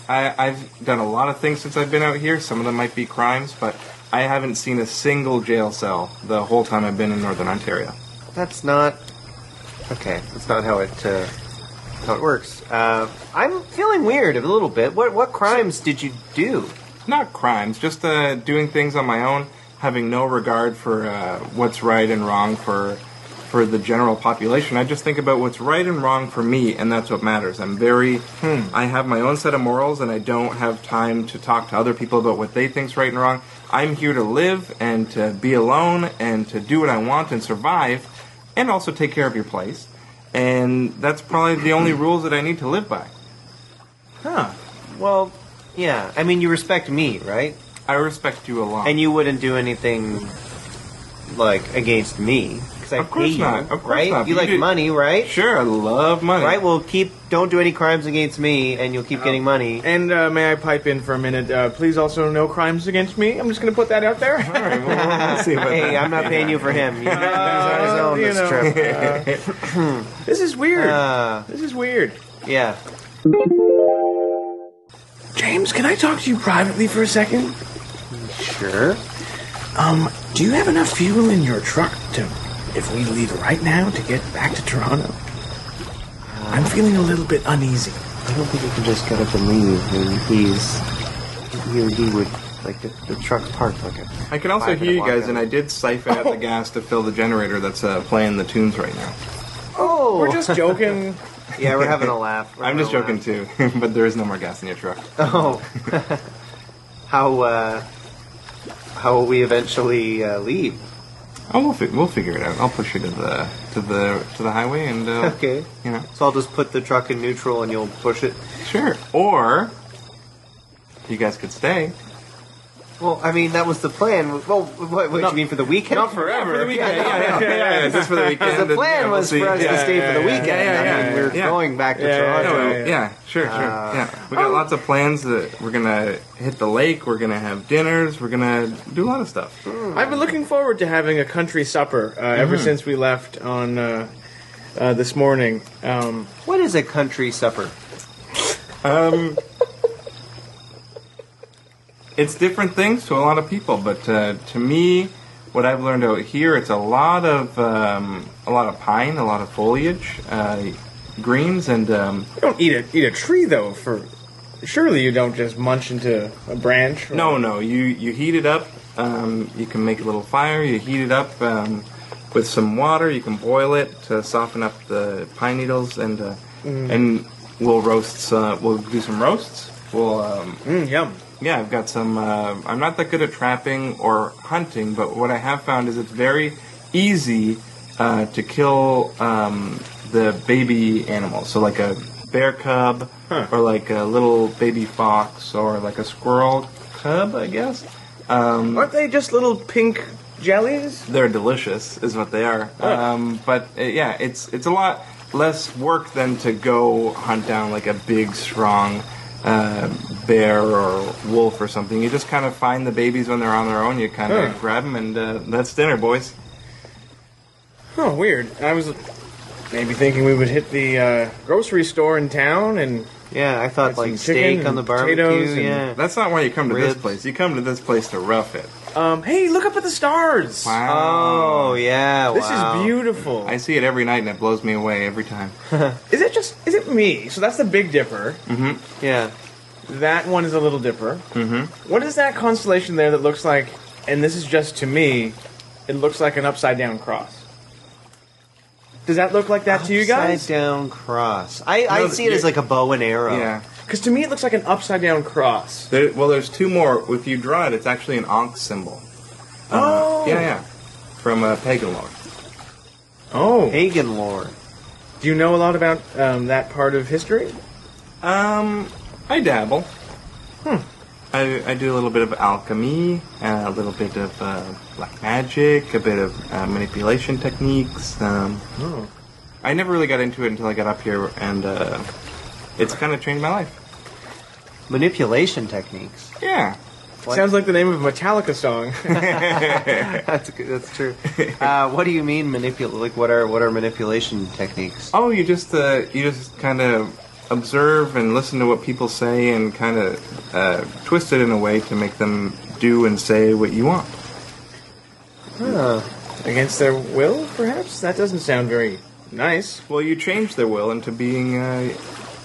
S11: I, I've done a lot of things since I've been out here. Some of them might be crimes, but I haven't seen a single jail cell the whole time I've been in Northern Ontario.
S2: That's not okay. That's not how it uh, how it works. Uh, I'm feeling weird a little bit. What what crimes did you do?
S11: Not crimes, just uh, doing things on my own, having no regard for uh, what's right and wrong for for the general population. I just think about what's right and wrong for me, and that's what matters. I'm very
S2: Hmm.
S11: I have my own set of morals, and I don't have time to talk to other people about what they think's right and wrong. I'm here to live and to be alone and to do what I want and survive, and also take care of your place. And that's probably the only rules that I need to live by.
S2: Huh.
S5: Hmm.
S2: Well, yeah. I mean, you respect me, right?
S11: I respect you a lot,
S2: and you wouldn't do anything like against me because I
S11: Of course
S2: pay
S11: not.
S2: you,
S11: Of course
S2: right?
S11: not.
S2: You,
S11: You
S2: like
S11: did-
S2: money, right?
S11: Sure, I love money.
S2: Right? Well, keep don't do any crimes against me, and you'll keep getting money.
S5: And uh, may I pipe in for a minute? Uh, please also no crimes against me. I'm just going to put that out there. All
S11: right,
S2: hey, I'm not paying you for him. He's on his own
S5: you
S2: this
S5: know, uh,
S2: trip.
S5: this is weird.
S2: Uh,
S5: this is weird.
S2: yeah.
S5: James, can I talk to you privately for a second?
S2: Sure.
S5: Um, do you have enough fuel in your truck to, if we leave right now, to get back to Toronto? I'm feeling a little bit uneasy.
S2: I don't think you can just get up and leave. And he's he or he would like the, the truck's parked like a.
S11: I can also
S2: five-minute
S11: hear you
S2: walk
S11: guys,
S2: out.
S11: and I did siphon out the gas to fill the generator that's uh, playing the tunes right now.
S2: Oh,
S5: We're just joking.
S2: yeah, we're having a laugh. We're
S11: I'm
S2: having
S11: just
S2: a laugh.
S11: joking too, but there is no more gas in your truck.
S2: Oh, how uh, how will we eventually uh, leave?
S11: Oh, we'll, fi- we'll figure it out. I'll push you to the to the to the highway, and uh,
S2: Okay,
S11: you know,
S2: so I'll just put the truck in neutral and you'll push it.
S11: sure. Or you guys could stay.
S2: Well, I mean that was the plan. Well, what, what do you mean for the weekend? Not
S11: forever. For the weekend, yeah, yeah, yeah, yeah, yeah, just for the weekend.
S2: Because the
S11: and,
S2: plan
S11: yeah, we'll
S2: was
S11: see.
S2: for us
S11: Yeah,
S2: to stay
S11: yeah,
S2: for the
S11: yeah,
S2: weekend.
S11: yeah, yeah,
S2: I mean,
S11: yeah,
S2: we're
S11: yeah.
S2: going back to Toronto.
S11: No, yeah, sure, sure.
S2: Uh,
S11: yeah, we got lots of plans. That we're gonna hit the lake. We're gonna have dinners. We're gonna do a lot of stuff.
S5: I've been looking forward to having a country supper uh, ever
S11: Mhm.
S5: since we left on uh, uh, this morning. Um,
S2: What is a country supper?
S11: Um, it's different things to a lot of people, but uh, to me, what I've learned out here, it's a lot of um, a lot of pine, a lot of foliage, uh, greens, and um,
S5: you don't eat a eat a tree though. For surely you don't just munch into a branch. or-
S11: no, no, you you heat it up. Um, you can make a little fire. You heat it up um, with some water. You can boil it to soften up the pine needles, and uh,
S5: Mm.
S11: and we'll roast. Uh, we'll do some roasts. We'll um,
S5: Mm, yum.
S11: Yeah, I've got some. Uh, I'm not that good at trapping or hunting, but what I have found is it's very easy uh, to kill um, the baby animals. So, like a bear cub, or like a little baby fox, or like a squirrel cub, I guess. Um,
S5: Aren't they just little pink jellies?
S11: they're delicious, is what they are. Um, but uh, yeah, it's it's a lot less work than to go hunt down like a big, strong uh, bear or wolf or something. You just kind of find the babies when they're on their own. You kind of
S5: Huh.
S11: grab them, and uh, that's dinner, boys.
S5: Oh, weird. I was maybe thinking we would hit the uh, grocery store in town and
S2: Yeah, I thought
S5: Got some
S2: like
S5: chicken
S2: steak
S5: and
S2: on the
S5: potatoes
S2: barbecue.
S5: and-
S2: Yeah.
S11: That's not why you come to
S2: Ribs.
S11: this place. You come to this place to rough it.
S5: um, hey, look up at the stars.
S11: Wow.
S2: Oh yeah,
S5: This
S2: wow.
S5: is beautiful.
S11: I see it every night, and it blows me away every time.
S2: Mm-hmm.
S5: Is it just? Is it me? So that's the Big Dipper.
S11: Mm-hmm.
S2: Yeah,
S5: That one is a Little Dipper.
S11: Mm-hmm.
S5: What is that constellation there that looks like? And this is just to me. It looks like an upside down cross. Does that look like that to you guys?
S12: Upside down cross. I, I
S5: No,
S12: see it as
S5: you-
S12: like a bow and arrow.
S11: Yeah.
S5: Because to me, it looks like an upside down cross.
S11: There, well, there's two more. If you draw it, it's actually an Ankh symbol. Um,
S5: Oh.
S11: yeah, yeah. From uh, pagan lore.
S5: Oh.
S12: Pagan lore.
S5: Do you know a lot about um, that part of history?
S11: Um, I dabble.
S12: Hmm.
S11: I, I do a little bit of alchemy, uh, a little bit of uh, black magic, a bit of uh, manipulation techniques. Um,
S5: Oh.
S11: I never really got into it until I got up here, and uh, it's kind of changed my life.
S12: Manipulation techniques.
S11: Yeah.
S5: Sounds like the name of a Metallica song.
S12: that's good, that's true. Uh, what do you mean manipulate? Like what are what are manipulation techniques?
S11: Oh, you just uh, you just kind of observe and listen to what people say, and kind of uh, twist it in a way to make them do and say what you want.
S5: Against their will, perhaps? That doesn't sound very nice.
S11: Well, you change their will into being uh,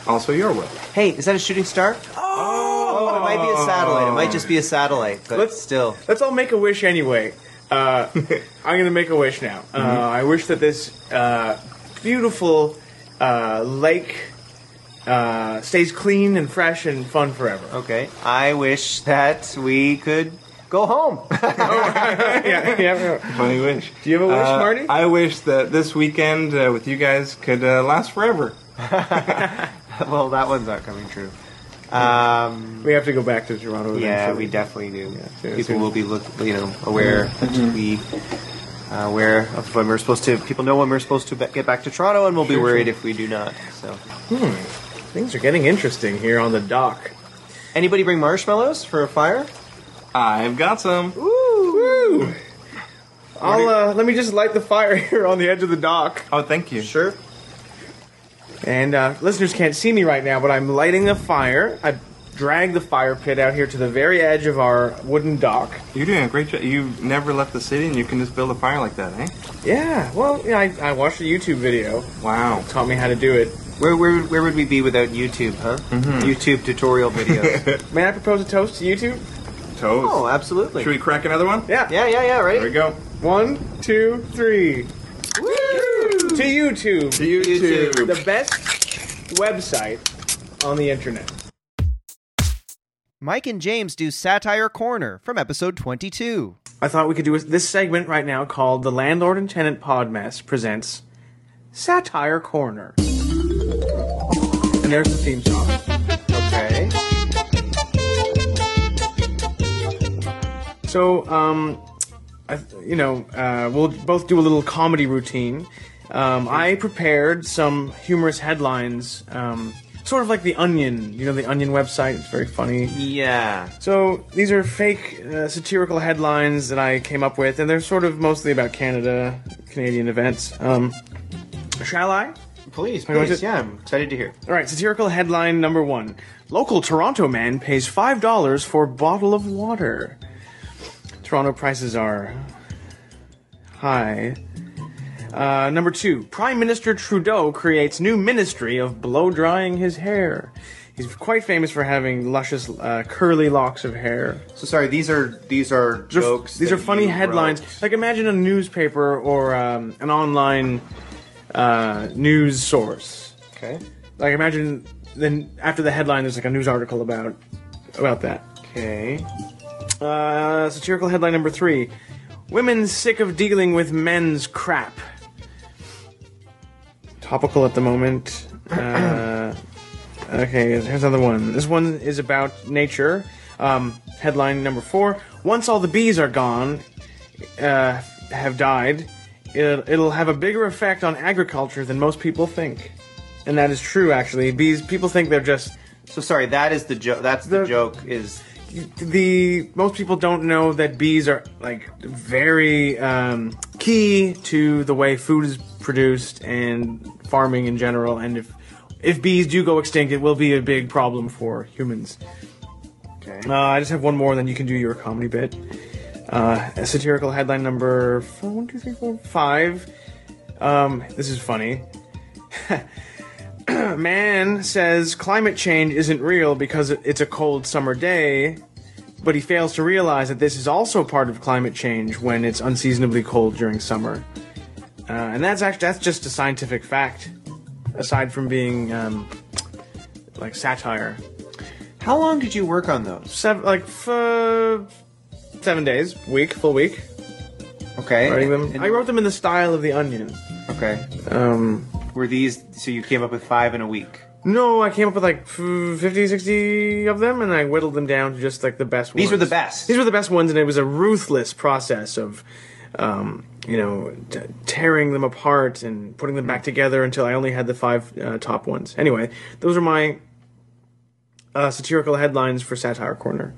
S11: also your will.
S12: Hey, is that a shooting star? Oh, it might be a satellite. It might just be a satellite, but
S5: Let's-
S12: still.
S5: Let's all make a wish anyway. Uh, I'm going to make a wish now. Uh,
S12: Mhm.
S5: I wish that this uh, beautiful uh, lake uh, stays clean and fresh and fun forever.
S12: Okay. I wish that we could go home.
S5: yeah, yeah.
S11: Funny wish. Do
S5: you have a wish, Marty?
S11: I wish that this weekend uh, with you guys could uh, last forever.
S12: well, that one's not coming true. Um,
S5: we have to go back to Toronto.
S12: Yeah,
S5: eventually.
S12: we definitely do.
S5: yeah,
S12: people
S5: soon.
S12: will be look, you know, aware that
S5: Mm-hmm.
S12: we uh, aware of when we're supposed to. People know when we're supposed to be- get back to Toronto, and we'll be
S5: Sure,
S12: worried
S5: sure.
S12: if we do not. So,
S5: Hmm. Things are getting interesting here on the dock.
S12: Anybody bring marshmallows for a fire?
S11: I've got some.
S5: Woo! I'll uh, let me just light the fire here on the edge of the dock.
S11: Oh, thank you.
S12: Sure.
S5: And uh, listeners can't see me right now, but I'm lighting a fire. I dragged the fire pit out here to the very edge of our wooden dock.
S11: You're doing a great job. You've never left the city, and you can just build a fire like that, eh?
S5: Yeah, well, yeah, I, I watched a YouTube video.
S11: Wow.
S5: Taught me how to do it.
S12: Where where where would we be without YouTube, huh?
S5: Mm-hmm.
S12: YouTube tutorial videos.
S5: May I propose a toast to YouTube?
S11: Toast.
S12: Oh, absolutely.
S11: Should we crack another one?
S5: Yeah.
S12: Yeah, yeah, yeah. Ready?
S11: There we go.
S5: One, two, three. To YouTube.
S11: To YouTube.
S5: The best website on the internet.
S2: Mike and James do Satire Corner from episode 22.
S5: I thought we could do this segment right now called The Landlord and Tenant Podmess Presents Satire Corner. And there's the theme song.
S12: Okay.
S5: So, um, I, you know, uh, we'll both do a little comedy routine. Um, I prepared some humorous headlines, um, sort of like The Onion. You know, The Onion website? It's very funny.
S12: Yeah.
S5: So these are fake uh, satirical headlines that I came up with, and they're sort of mostly about Canada, Canadian events. Um, shall I?
S12: Please,
S5: I go
S12: please.
S5: to-
S12: Yeah, I'm excited to hear.
S5: All right, satirical headline number one: Local Toronto man pays five dollars for bottle of water. Toronto prices are high. Uh, number two: Prime Minister Trudeau creates new ministry of blow drying his hair. He's quite famous for having luscious, uh, curly locks of hair.
S12: So sorry, these are these are
S5: These are-
S12: jokes.
S5: These
S12: that
S5: are funny
S12: you wrote.
S5: headlines. Like imagine a newspaper or um, an online uh, news source.
S12: Okay.
S5: Like imagine then after the headline, there's like a news article about about that.
S12: Okay.
S5: Uh, satirical headline number three: Women sick of dealing with men's crap. Topical at the moment. Uh, okay, here's another one. This one is about nature. Um, headline number four: Once all the bees are gone, uh, have died, it'll, it'll have a bigger effect on agriculture than most people think, and that is true. Actually, bees people think they're just
S12: So sorry, that is the joke. That's the, joke. Is
S5: the most people don't know that bees are like very um, key to the way food is produced and farming in general. And if if bees do go extinct, it will be a big problem for humans.
S12: okay.
S5: Uh, I just have one more, then you can do your comedy bit. Uh, a satirical headline number four, one, two, three, four, five. Um, this is funny. Man says climate change isn't real because it- it's a cold summer day, but he fails to realize that this is also part of climate change when it's unseasonably cold during summer. Uh, and that's actually that's just a scientific fact, aside from being um, like satire.
S2: How long did you work on those?
S5: Seven, like f- seven days, week, full week.
S2: Okay.
S5: Writing them.
S2: And-
S5: I wrote them in the style of the Onion.
S2: Okay.
S5: Um,
S2: were these so you came up with five in a week?
S5: No, I came up with like f- 50, 60 of them, and I whittled them down to just like the best ones.
S2: These were the best.
S5: These were the best ones, and it was a ruthless process of, um, you know, t- tearing them apart and putting them
S2: Hmm.
S5: back together until I only had the five uh, top ones. Anyway, those are my uh, satirical headlines for Satire Corner.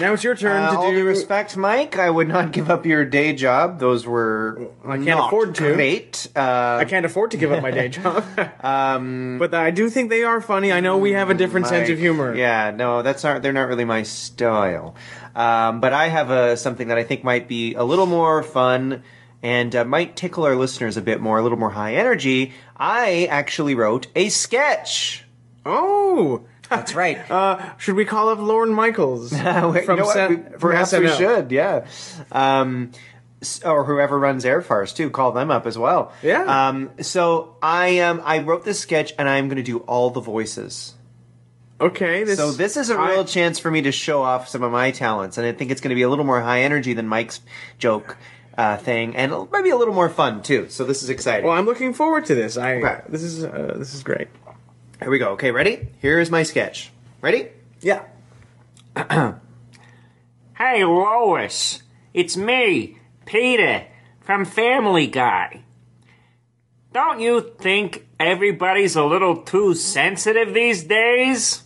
S5: Now it's your turn
S2: Uh,
S5: to
S2: all
S5: do.
S2: due respect, Mike. I would not give up your day job. Those were I
S5: can't afford to.
S2: Great. Uh,
S5: I can't afford to give up my day job. um, but I do think they are funny. I know we have a different sense of
S2: Mike,
S5: humor.
S2: Yeah, no, that's not. They're not really my style. Um, but I have a, something that I think might be a little more fun and uh, might tickle our listeners a bit more, a little more high energy. I actually wrote a sketch.
S5: Oh,
S2: that's right.
S5: Uh, should we call up Lauren Michaels
S2: Uh,
S5: from
S2: wait, you know what?
S5: Sen-
S2: We-
S5: from
S2: perhaps we
S5: SNL?
S2: should, yeah. Um, s- or whoever runs Air Farce too, call them up as well. Yeah. Um, so I um, I wrote this sketch and I'm going to do all the voices.
S5: Okay. This,
S2: so this is a
S5: I-
S2: real chance for me to show off some of my talents, and I think it's going to be a little more high energy than Mike's joke uh, thing, and maybe a little more fun too. So this is exciting.
S5: Well, I'm looking forward to this. I
S2: Okay.
S5: this is uh, this is great.
S2: Here we go. Okay, ready? Here is my sketch. Ready?
S5: Yeah.
S13: hey, Lois. It's me, Peter, from Family Guy. Don't you think everybody's a little too sensitive these days?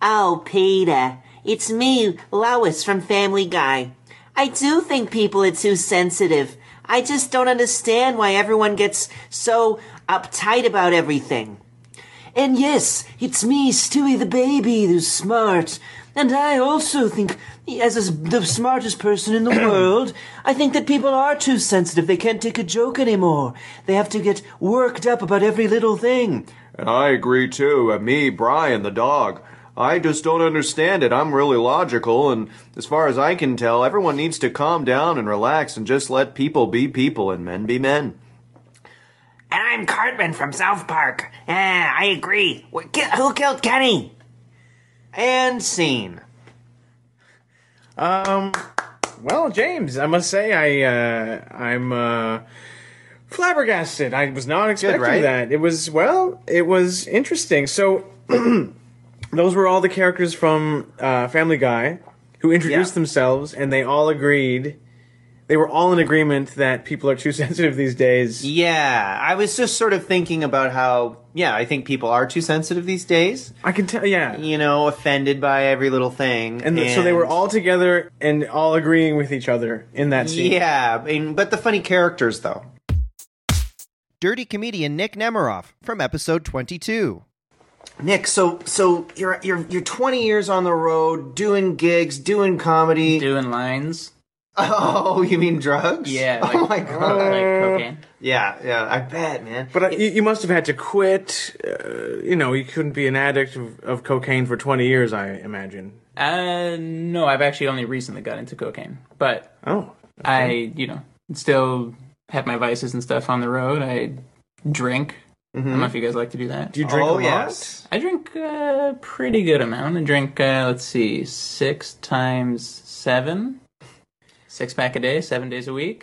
S14: Oh, Peter, it's me, Lois from Family Guy. I do think people are too sensitive. I just don't understand why everyone gets so uptight about everything. And yes, it's me, Stewie the baby, who's smart. And I also think, as a, the smartest person in the world, I think that people are too sensitive. They can't take a joke anymore. They have to get worked up about every little thing.
S15: And I agree too. And me, Brian, the dog. I just don't understand it. I'm really logical, and as far as I can tell, everyone needs to calm down and relax and just let people be people and men be men.
S13: And I'm Cartman from South Park. Ah, I agree. What, ki- who killed Kenny?
S2: And scene.
S5: Um, well, James, I must say I uh, I'm uh, flabbergasted. I was not expecting
S2: right?
S5: that. It was well, it was interesting. So those were all the characters from uh, Family Guy who introduced themselves, and they all agreed. They were all in agreement that people are too sensitive these days.
S2: Yeah, I was just sort of thinking about how, yeah, I think people are too sensitive these days.
S5: I can tell, yeah.
S2: You know, offended by every little thing.
S5: And, so they were all together and all agreeing with each other in that scene.
S2: Yeah, and, but the funny characters, though.
S16: Dirty comedian Nick Nemiroff from episode 22.
S2: Nick, so so you're you're you're 20 years on the road doing gigs, doing comedy,
S17: doing lines.
S2: Oh, you mean drugs?
S17: Yeah, like-
S2: oh my god.
S17: like cocaine.
S2: Yeah, yeah, I bet, man.
S5: But uh, you, you must have had to quit. Uh, you know, you couldn't be an addict of, of cocaine for 20 years, I imagine.
S17: Uh, no, I've actually only recently got into cocaine, but
S5: oh,
S17: I
S5: okay.
S17: you know still have my vices and stuff on the road. I drink. I don't know if you guys like to do that.
S5: Do you drink Mm-hmm. Oh, a lot? uh,
S17: yes. I drink a pretty good amount. I drink, uh, let's see, six times seven, six pack a day, seven days a week.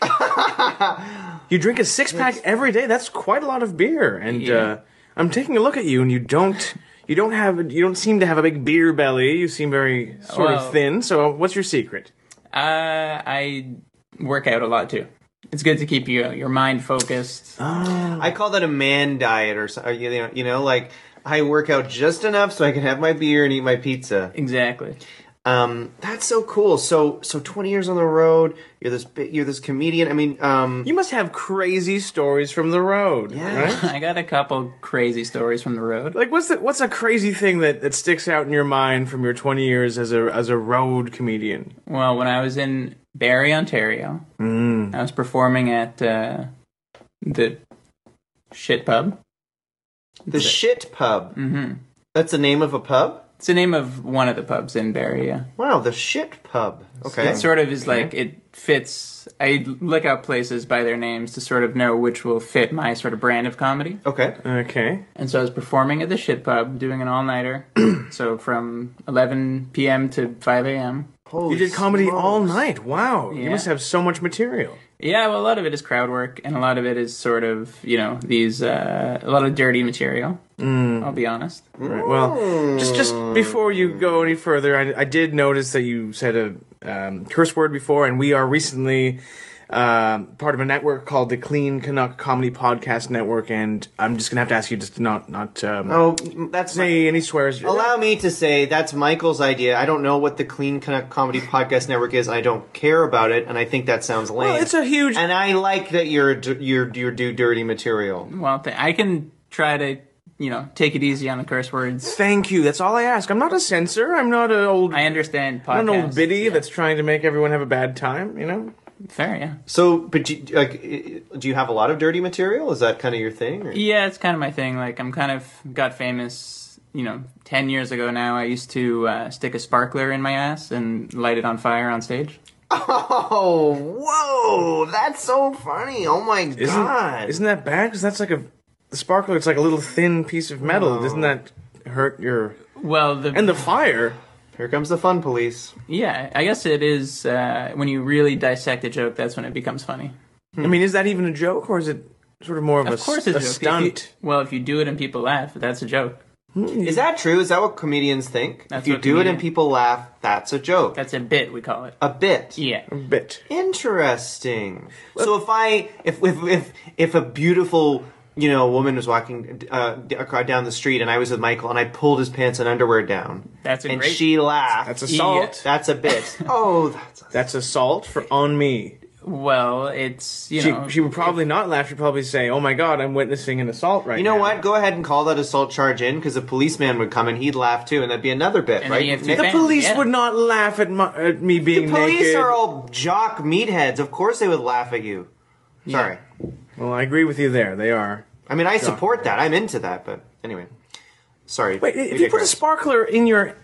S5: You drink a six pack every day. That's quite a lot of beer. And uh, I'm taking a look at you, and you don't. You don't have. You don't seem to have a big beer belly. You seem very sort
S17: Well-
S5: of thin. So, what's your secret?
S17: Uh, I work out a lot too. It's good to keep your your mind focused.
S5: Oh.
S2: I call that a man diet or something. You know, you know, like I work out just enough so I can have my beer and eat my pizza.
S17: Exactly.
S2: Um, that's so cool. So so 20 years on the road. You're this bi- you're this comedian. I mean, um,
S5: you must have crazy stories from the road. Yeah.
S17: I got a couple crazy stories from the road.
S5: Like, what's the, what's a crazy thing that, that sticks out in your mind from your 20 years as a as a road comedian?
S17: Well, when I was in Barrie, Ontario,
S5: Mm.
S17: I was performing at uh, the shit pub.
S2: The shit pub.
S17: Mm-hmm.
S5: Hmm.
S2: That's the name of a pub.
S17: It's the name of one of the pubs in Barry. Yeah.
S2: Wow, the shit pub. Okay.
S17: It sort of is like it fits. I look out places by their names to sort of know which will fit my sort of brand of comedy.
S2: Okay.
S5: Okay.
S17: And so I was performing at the shit pub, doing an all nighter. so from 11 p.m. to 5 a.m.
S5: you did comedy
S17: smokes.
S5: all night. Wow.
S17: Yeah.
S5: You must have so much material.
S17: Yeah, well, a lot of it is crowd work, and a lot of it is sort of you know these uh, a lot of dirty material.
S5: Mm.
S17: I'll be honest.
S5: Right. Well, just just before you go any further, I, I did notice that you said a um, curse word before, and we are recently um, part of a network called the Clean Canuck Comedy Podcast Network, and I'm just gonna have to ask you just to not not um,
S2: Oh, that's
S5: say any swears.
S2: Allow me to say that's Michael's idea. I don't know what the Clean Connect Comedy Podcast Network is. I don't care about it, and I think that sounds lame.
S17: it's
S5: a huge.
S2: And I like that you're d- you're you do dirty material.
S17: Well, th- I can try to you know take it easy on the curse words.
S5: Thank you. That's all I ask. I'm not a censor. I'm not an old. I
S17: understand.
S5: I'm not an old
S17: podcasts,
S5: biddy that's trying to make everyone have a bad time. You know.
S17: Fair, yeah.
S2: So, but you, like, i- i- do you have a lot of dirty material? Is that kind of your thing? or-
S17: Yeah, it's kind of my thing. Like I'm kind of got famous, you know, ten years ago now. I used to uh, stick a sparkler in my ass and light it on fire on stage.
S2: Oh, whoa! That's so funny. Oh my
S5: Isn't
S2: god!
S5: isn't that bad? Because that's like a the sparkler. It's like a little thin piece of metal. Doesn't that hurt your?
S17: Well, the
S5: and the fire.
S2: Here comes the fun police.
S17: Yeah, I guess it is uh, when you really dissect a joke. That's when it becomes funny.
S5: I mean, is that even a joke, or is it sort of more of, a,
S17: Of course, it's
S5: a
S17: a joke. If you-
S5: stunt?
S17: well, if you do it and people laugh, that's a joke.
S2: Is that true? Is that what comedians think?
S17: That's
S2: if you
S17: what
S2: do it
S17: comedian-
S2: and people laugh, that's a joke.
S17: That's a bit. We call it
S2: a bit.
S17: Yeah, a
S5: bit.
S2: Interesting. So if I if if if, if a beautiful you know woman was walking uh, d- across- down the street and I was with Michael and I pulled his pants and underwear down.
S17: That's a
S2: and
S17: great-
S2: she laughed.
S5: That's assault. Yeah.
S2: That's a bit. oh, that's
S5: That's assault for on me.
S17: Well, it's you
S5: she,
S17: know-
S5: she would probably not laugh. She'd probably say, "Oh my god, I'm witnessing an assault right
S2: you know
S5: now."
S2: what? Go ahead and call that assault charge in because a policeman would come and he'd laugh too, and that'd be another bit,
S5: And then
S2: right?
S5: you have to The defend, police yeah. would not laugh at, my, at me being
S2: The police
S5: naked.
S2: are all jock meatheads. Of course they would laugh at you. Sorry.
S5: Well, I agree with you there. They are.
S2: I mean, I
S5: Jock
S2: support that. I'm into that, but anyway. Sorry.
S5: Wait,
S2: we
S5: if you put a
S2: digress.
S5: sparkler in your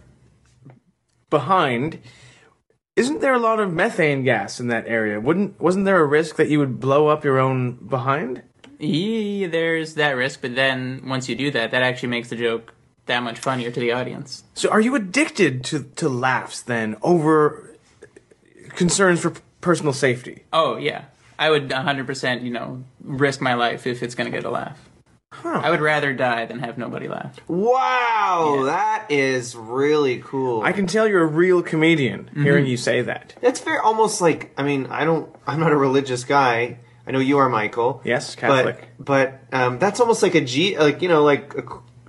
S5: behind, isn't there a lot of methane gas in that area? Wouldn't wasn't there a risk that you would blow up your own behind?
S17: Yeah, there's that risk, but then once you do that, that actually makes the joke that much funnier to the audience.
S5: So are you addicted to to laughs then over concerns for p- personal safety?
S17: Oh yeah, I would 100% you know risk my life if it's going to get a laugh. I would rather die than have nobody laugh.
S2: Wow, that is really cool. Mm-hmm.
S5: I can tell you're a real comedian hearing you say that.
S2: That's very almost like I mean I don't I'm not a religious guy. I know you are, Michael.
S5: Yes, Catholic.
S2: But, but um, that's almost like a G, like you know, like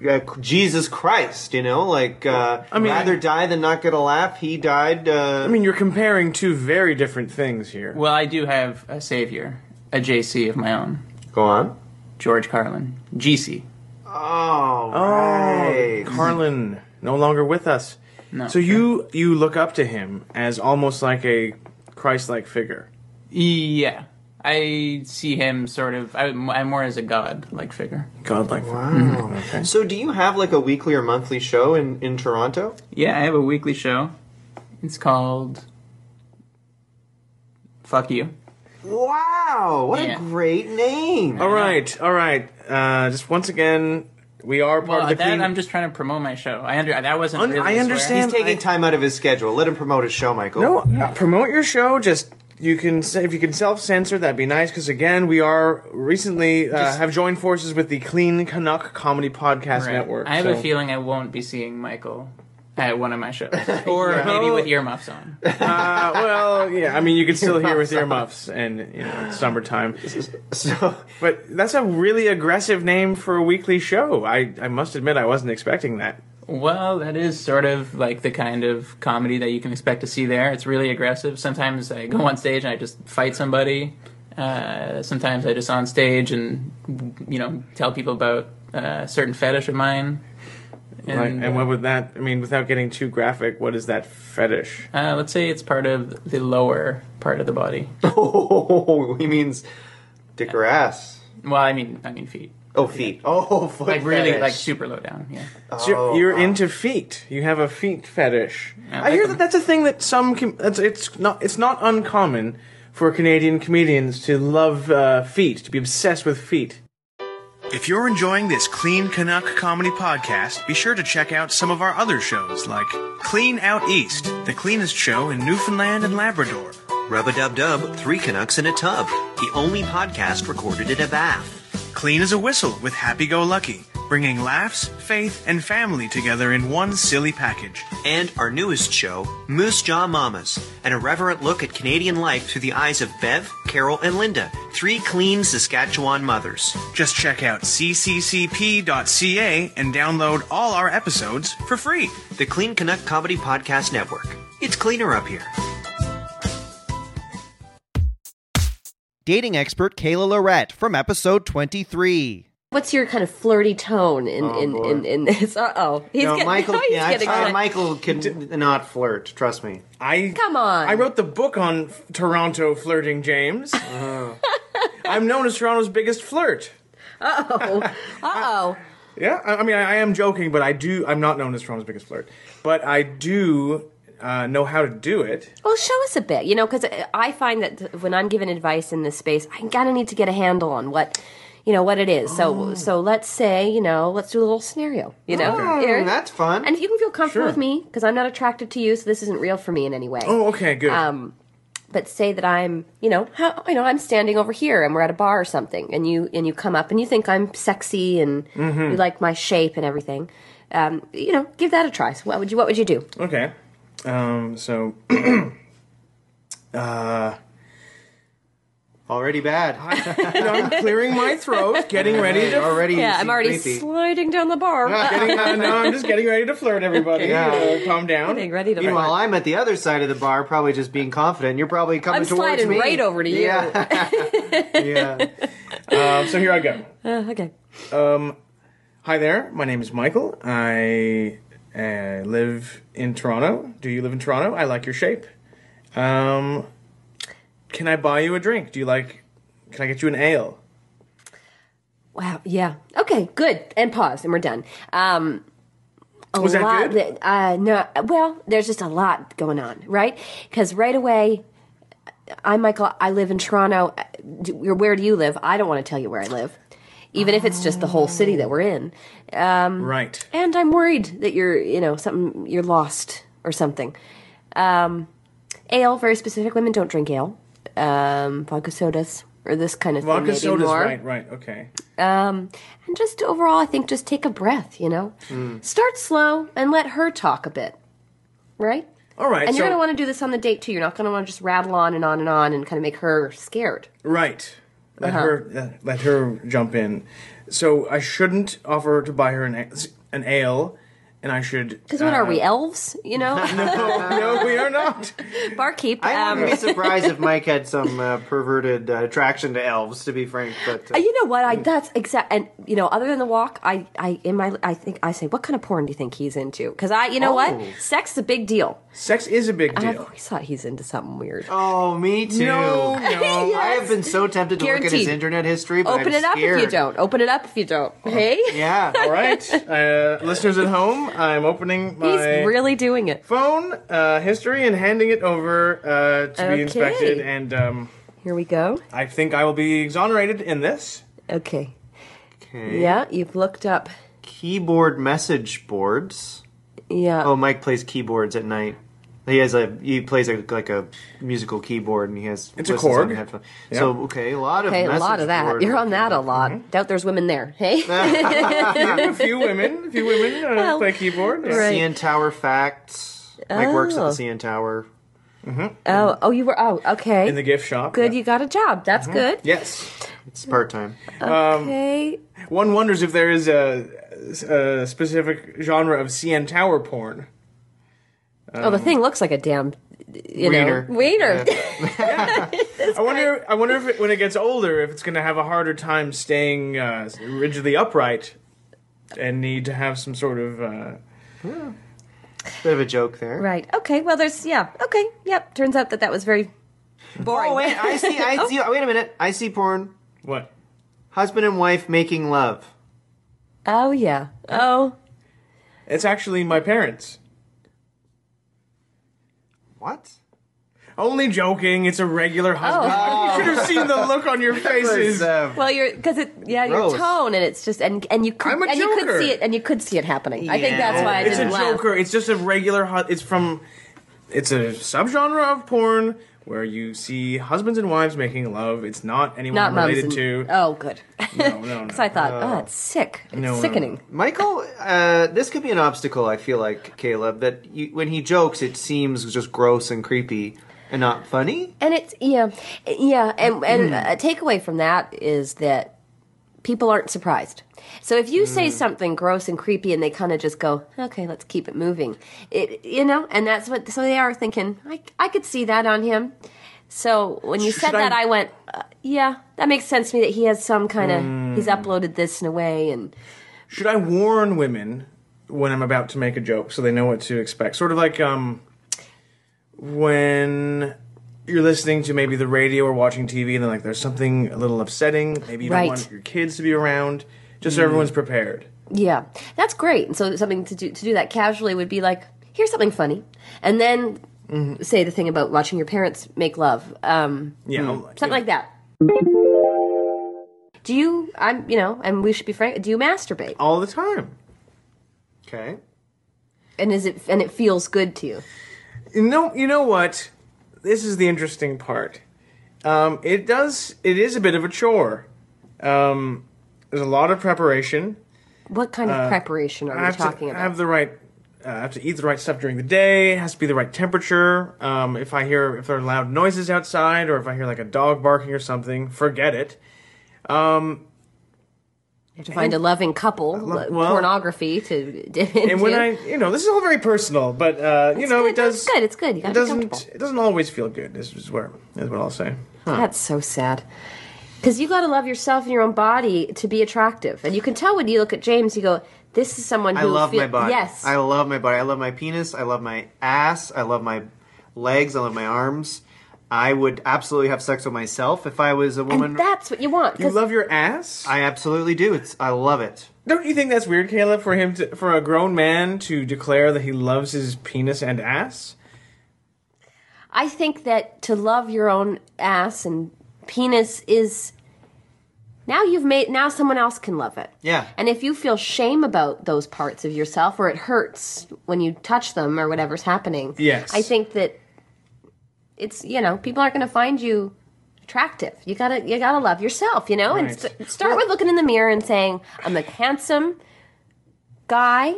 S2: a, a Jesus Christ. You know, like uh,
S5: I mean-
S2: rather die than not get a laugh. He died. Uh,
S5: I mean, you're comparing two very different things here.
S17: Well, I do have a savior, a JC of my own.
S2: Go on.
S17: George Carlin, GC.
S2: oh,
S5: Oh, Carlin no longer with us.
S17: No,
S5: so you you look up to him as almost like a Christ-like figure.
S17: Yeah, I see him sort of. I, I'm more as a god-like figure.
S5: Godlike.
S2: Wow.
S17: Mm-hmm.
S2: So, do you have like a weekly or monthly show in in Toronto?
S17: Yeah, I have a weekly show. It's called "Fuck You."
S2: Wow, Oh, what
S17: Yeah.
S2: a great name!
S5: All right, all right. Uh, just once again, we are part
S17: Well,
S5: of the
S17: that,
S5: clean.
S17: I'm just trying to promote my show. I under that wasn't.
S5: Un-
S17: really
S5: I
S17: a swear.
S5: understand.
S2: He's taking time out of his schedule. Let him promote his show, Michael.
S5: no, uh, promote your show. Just you can s- if you can self-censor, that'd be nice. Because again, we are recently uh,
S17: Just-
S5: have joined forces with the Clean Canuck Comedy Podcast
S17: Right.
S5: Network.
S17: I have a
S5: so-
S17: feeling I won't be seeing Michael at one of my shows, or
S5: Yeah.
S17: maybe with earmuffs on.
S5: Uh, well, yeah. I mean, you can still hear with earmuffs, and you know, it's summertime.
S2: So,
S5: but that's a really aggressive name for a weekly show. Oh, I, I must admit, I wasn't expecting that.
S17: Well, that is sort of like the kind of comedy that you can expect to see there. It's really aggressive. Sometimes I go on stage and I just fight somebody. Uh, sometimes I just on stage and you know tell people about uh, a certain fetish of mine. uh,
S5: And, like, and what would that? I mean, without getting too graphic, what is that fetish?
S17: Uh, let's say it's part of the lower part of the body.
S2: Oh, he means dick or ass.
S17: Well, I mean, I mean feet.
S12: Oh, feet. Oh, foot
S17: like really
S12: fetish. Oh,
S17: like super low down. Yeah.
S5: So you're- you're into feet. You have a feet fetish.
S17: Yeah,
S5: I
S17: I
S5: hear
S17: can-
S5: that that's a thing that some. Com- that's, it's not. It's not uncommon for Canadian comedians to love uh, feet, to be obsessed with feet. If you're enjoying this Clean Canuck Comedy Podcast, be sure to check out some of our other shows like Clean Out East, the cleanest show in Newfoundland and Labrador.
S18: Rub a dub dub, three Canucks in a tub. The only podcast recorded in a bath.
S5: Clean as a Whistle with Happy Go Lucky, bringing laughs, faith, and family together in one silly package.
S18: And our newest show, Moose Jaw Mamas, an irreverent look at Canadian life through the eyes of Bev, Carol, and Linda, three clean Saskatchewan mothers.
S5: Just check out cccp.ca and download all our episodes for free.
S18: The Clean Canuck Comedy Podcast Network. It's cleaner up here.
S2: Dating expert Kayla Lorette from episode 23.
S19: What's your kind of flirty tone in
S2: Oh,
S19: in,
S2: boy.
S19: in, in this? Uh oh, he's
S12: no,
S19: getting
S12: Michael.
S19: he's
S12: yeah,
S19: getting
S12: I-
S2: uh,
S19: good.
S12: Michael can not flirt. Trust me.
S5: I
S19: Come on.
S5: I wrote the book on f- Toronto flirting, James. I'm known as Toronto's biggest flirt.
S19: Uh oh, uh oh.
S5: Yeah, I, I mean, I, I am joking, but I do. I'm not known as Toronto's biggest flirt, but I do uh, know how to do it.
S19: Well, show us a bit, you know, because I find that th- when I'm given advice in this space, I kind of need to get a handle on what, you know, what it is. So, so let's say, you know, let's do a little scenario, you know,
S5: Oh,
S19: Eric?
S5: that's fun.
S19: And if you can feel comfortable
S5: Sure.
S19: with me, because I'm not attracted to you, so this isn't real for me in any way.
S5: Oh, okay, good.
S19: Um, but say that I'm, you know, how, you know, I'm standing over here, and we're at a bar or something, and you and you come up, and you think I'm sexy, and
S5: Mhm.
S19: you like my shape and everything. Um, you know, give that a try. So, what would you What would you do?
S5: Okay. Um, so. uh,
S12: Already bad.
S5: I'm clearing my throat, getting ready to.
S19: yeah, I'm already sliding down the bar.
S5: Getting, uh, no, I'm just getting ready to flirt,
S12: Okay.
S5: everybody.
S12: Yeah.
S5: Uh, calm down.
S19: Getting ready to
S12: Meanwhile,
S19: flirt.
S12: I'm at the other side of the bar, probably just being confident. and You're probably coming
S19: I'm
S12: towards
S19: sliding
S12: me.
S19: right over to you.
S12: Yeah.
S5: yeah. Um, so here I go.
S19: Uh, okay.
S5: Um, hi there. My name is Michael. I uh, live in Toronto. Do you live in Toronto? I like your shape. Um, can I buy you a drink? Do you like? Can I get you an ale?
S19: Wow. Yeah. Okay. Good. And pause, and we're done. Um, a
S5: Was that
S19: lot
S5: good?
S19: That, uh, no. Well, there's just a lot going on, right? Because right away, I'm Michael. I live in Toronto. Uh, do- Where do you live? I don't want to tell you where I live, even if it's just the whole city that we're in. Um,
S5: Right.
S19: And I'm worried that you're, you know, something you're lost or something. Um, ale, very specific. Women don't drink ale. Um, vodka sodas or this kind of thing.
S5: Vodka
S19: maybe
S5: soda's
S19: more.
S5: right. Right. Okay.
S19: Um, and just overall, I think just take a breath, you know? Start slow and let her talk a bit, right?
S5: All right.
S19: and you're
S5: so-
S19: going to want to do this on the date too. You're not going to want to just rattle on and on and on and kind of make her scared.
S5: Right. Let
S19: Uh-huh.
S5: her let- let her jump in. So I shouldn't offer to buy her an a- an ale, and I should.
S19: Because what are
S5: uh,
S19: we, elves? You know?
S5: no, we are not.
S19: Barkeep.
S12: I
S19: um,
S12: wouldn't be surprised if Mike had some uh, perverted uh, attraction to elves, to Mm. be frank. But
S19: Uh, You know what? I that's exact. And you know, other than the walk, I, I in my, I think I say, what kind of porn do you think he's into? Because I, you know
S12: Oh.
S19: what, sex is a big deal.
S5: Sex is a big
S19: I've
S12: deal.
S19: always thought he's into something weird.
S12: Oh, me too.
S19: No, no.
S12: I have been so tempted to look at his
S19: Guaranteed.
S12: internet history, but
S19: Open
S12: I'm
S19: it up
S12: scared. Oh,
S19: if you don't. Open it up if you don't. Hey.
S12: Yeah.
S5: All right, uh, listeners at home, I'm opening my
S19: He's really doing it.
S5: phone uh, history and handing it over uh, to
S19: Okay.
S5: be inspected. And um,
S19: here we go.
S5: I think I will be exonerated in this.
S19: Okay.
S12: Okay.
S19: Yeah, you've looked up.
S12: Keyboard message boards.
S19: Yeah.
S12: Oh, Mike plays keyboards at night. He has a he plays a, like a musical keyboard, and he has
S5: It's a
S12: listens on
S5: chord.
S12: the headphone.
S5: Yeah.
S12: So okay, a lot of
S19: Okay, a lot
S12: message
S19: of that.
S12: board- Mm-hmm.
S19: You're on that a lot. Doubt there's women there. Hey.
S5: a few women, a few women uh,
S19: Well,
S5: play keyboard. yeah.
S19: right.
S12: CN Tower facts. Mike works at
S19: Oh.
S12: the CN Tower.
S5: Mm-hmm.
S19: Oh, oh, you were. Oh, okay.
S12: In the gift shop,
S19: Good, you got a job. That's
S12: Mm-hmm.
S19: good.
S5: Yes,
S12: it's part time.
S19: Okay.
S5: Um, one wonders if there is a, a specific genre of CN Tower porn.
S19: oh,
S12: Um,
S19: the thing looks like a damn. You
S5: Wiener.
S19: know, wiener.
S5: I wonder. I wonder if it, when it gets older, if it's going to have a harder time staying uh, rigidly upright, and need to have some sort of uh,
S12: Hmm. bit of a joke there.
S19: right. Okay. Well, there's. Yeah. Okay. Yep. Turns out that that was very boring.
S12: Oh wait, I see. I see. Wait a minute. I see porn.
S5: What?
S2: Husband and wife making love.
S19: Oh yeah. Oh.
S5: It's actually my parents.
S2: What?
S5: Only joking. It's a regular husband.
S19: Oh.
S5: You should have seen the look on your faces.
S12: uh,
S19: well, you're because it yeah
S5: uh, gross.
S19: your tone and it's just and and you could
S5: I'm a
S19: and you
S5: joker.
S19: could see it and you could see it happening. I think that's why I
S5: it's
S19: didn't
S5: a
S19: laugh.
S5: joker. It's just a regular. Hu- it's from. It's a subgenre of porn where you see husbands and wives making love. It's not anyone
S19: Not mums
S5: related
S19: and-
S5: to.
S19: Oh, good.
S5: No, no, no. Uh,
S19: Because I thought, oh, it's sick. It's
S2: No, no, no.
S19: sickening.
S2: Michael, uh, this could be an obstacle. I feel like Caleb that you, when he jokes, it seems just gross and creepy and not funny.
S19: And it's yeah, yeah. And and
S9: Mm.
S19: a takeaway from that is that people aren't surprised. So if you
S9: Mm.
S19: say something gross and creepy, and they kind of just go, "Okay, let's keep it moving," it you know, and that's what. So they are thinking, "I I could see that on him." So when you said
S9: Should I-
S19: that, I went, uh, "Yeah, that makes sense to me that he has some kind of
S9: Mm.
S19: he's uploaded this in a way." And
S5: Should I warn women when I'm about to make a joke so they know what to expect? Sort of like um, when you're listening to maybe the radio or watching TV and then like there's something a little upsetting. Maybe you
S19: Right.
S5: don't want your kids to be around. Just so
S19: Mm.
S5: everyone's prepared.
S19: Yeah, that's great. And so something to do to do that casually would be like, here's something funny, and then say the thing about watching your parents make love. Um,
S5: Mm-hmm. Yeah, Hmm. I'll-
S19: something like that. Do you? I'm, you know, and we should be frank. Do you masturbate?
S5: All the time.
S2: Okay.
S19: And is it? And it feels good to you.
S5: You know, you know what? This is the interesting part. Um, it does. It is a bit of a chore. Um, there's a lot of preparation.
S19: What kind of preparation are
S5: Uh, I
S19: we
S5: have to
S19: talking about?
S5: Have the right. uh, I have to eat the right stuff during the day. It has to be the right temperature. Um, if I hear if there are loud noises outside, or if I hear like a dog barking or something, forget it. Um,
S19: You have to find a loving couple,
S5: love-
S19: lo-
S5: well-
S19: pornography to dip into.
S5: and when I, you know, this is all very personal, but uh, you know, it does.
S19: it's good, it's good. You
S5: It
S19: gotta be
S5: doesn't.
S19: comfortable.
S5: It doesn't always feel good. Is, is where is what I'll say.
S19: That's so sad. Because you got to love yourself and your own body to be attractive, and you can tell when you look at James, you go, "This is someone
S2: I
S19: who
S2: love
S19: feel-
S2: my body.
S19: Yes,
S2: I love my body. I love my penis. I love my ass. I love my legs. I love my arms. I would absolutely have sex with myself if I was a woman.
S19: that's what you want.
S5: You love your ass?
S2: I absolutely do. It's I love it.
S5: Don't you think that's weird, Caleb, for him to, for a grown man to declare that he loves his penis and ass?
S19: I think that to love your own ass and penis is now you've made now someone else can love it.
S2: Yeah.
S19: And if you feel shame about those parts of yourself or it hurts when you touch them or whatever's happening.
S2: Yes.
S19: I think that it's you know, people aren't going to find you attractive. You got to you got to love yourself, you know? And
S9: Right.
S19: st- start with looking in the mirror and saying, "I'm a handsome guy."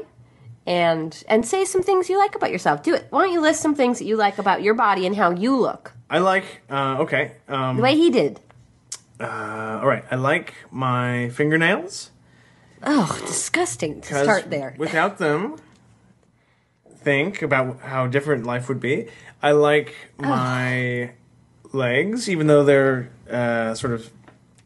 S19: And and say some things you like about yourself. Do it. Why don't you list some things that you like about your body and how you look?
S5: I like uh, okay. Um,
S19: the way he did.
S5: uh, all right, I like my fingernails.
S19: Oh, disgusting to
S5: 'cause
S19: start there.
S5: Without them, think about how different life would be. I like my legs, even though they're uh, sort of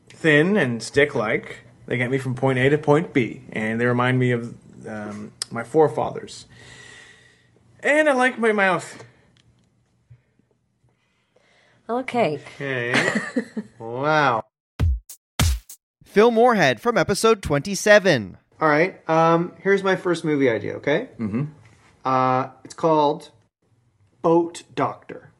S5: thin and stick-like. They get me from point A to point B, and they remind me of um, my forefathers. And I like my mouth.
S19: Okay.
S2: Okay. wow.
S1: Phil Moorhead from episode 27.
S2: All right. Um, here's my first movie idea. Okay.
S5: Hmm.
S1: Mm-hmm.
S2: Uh, it's called Boat Doctor.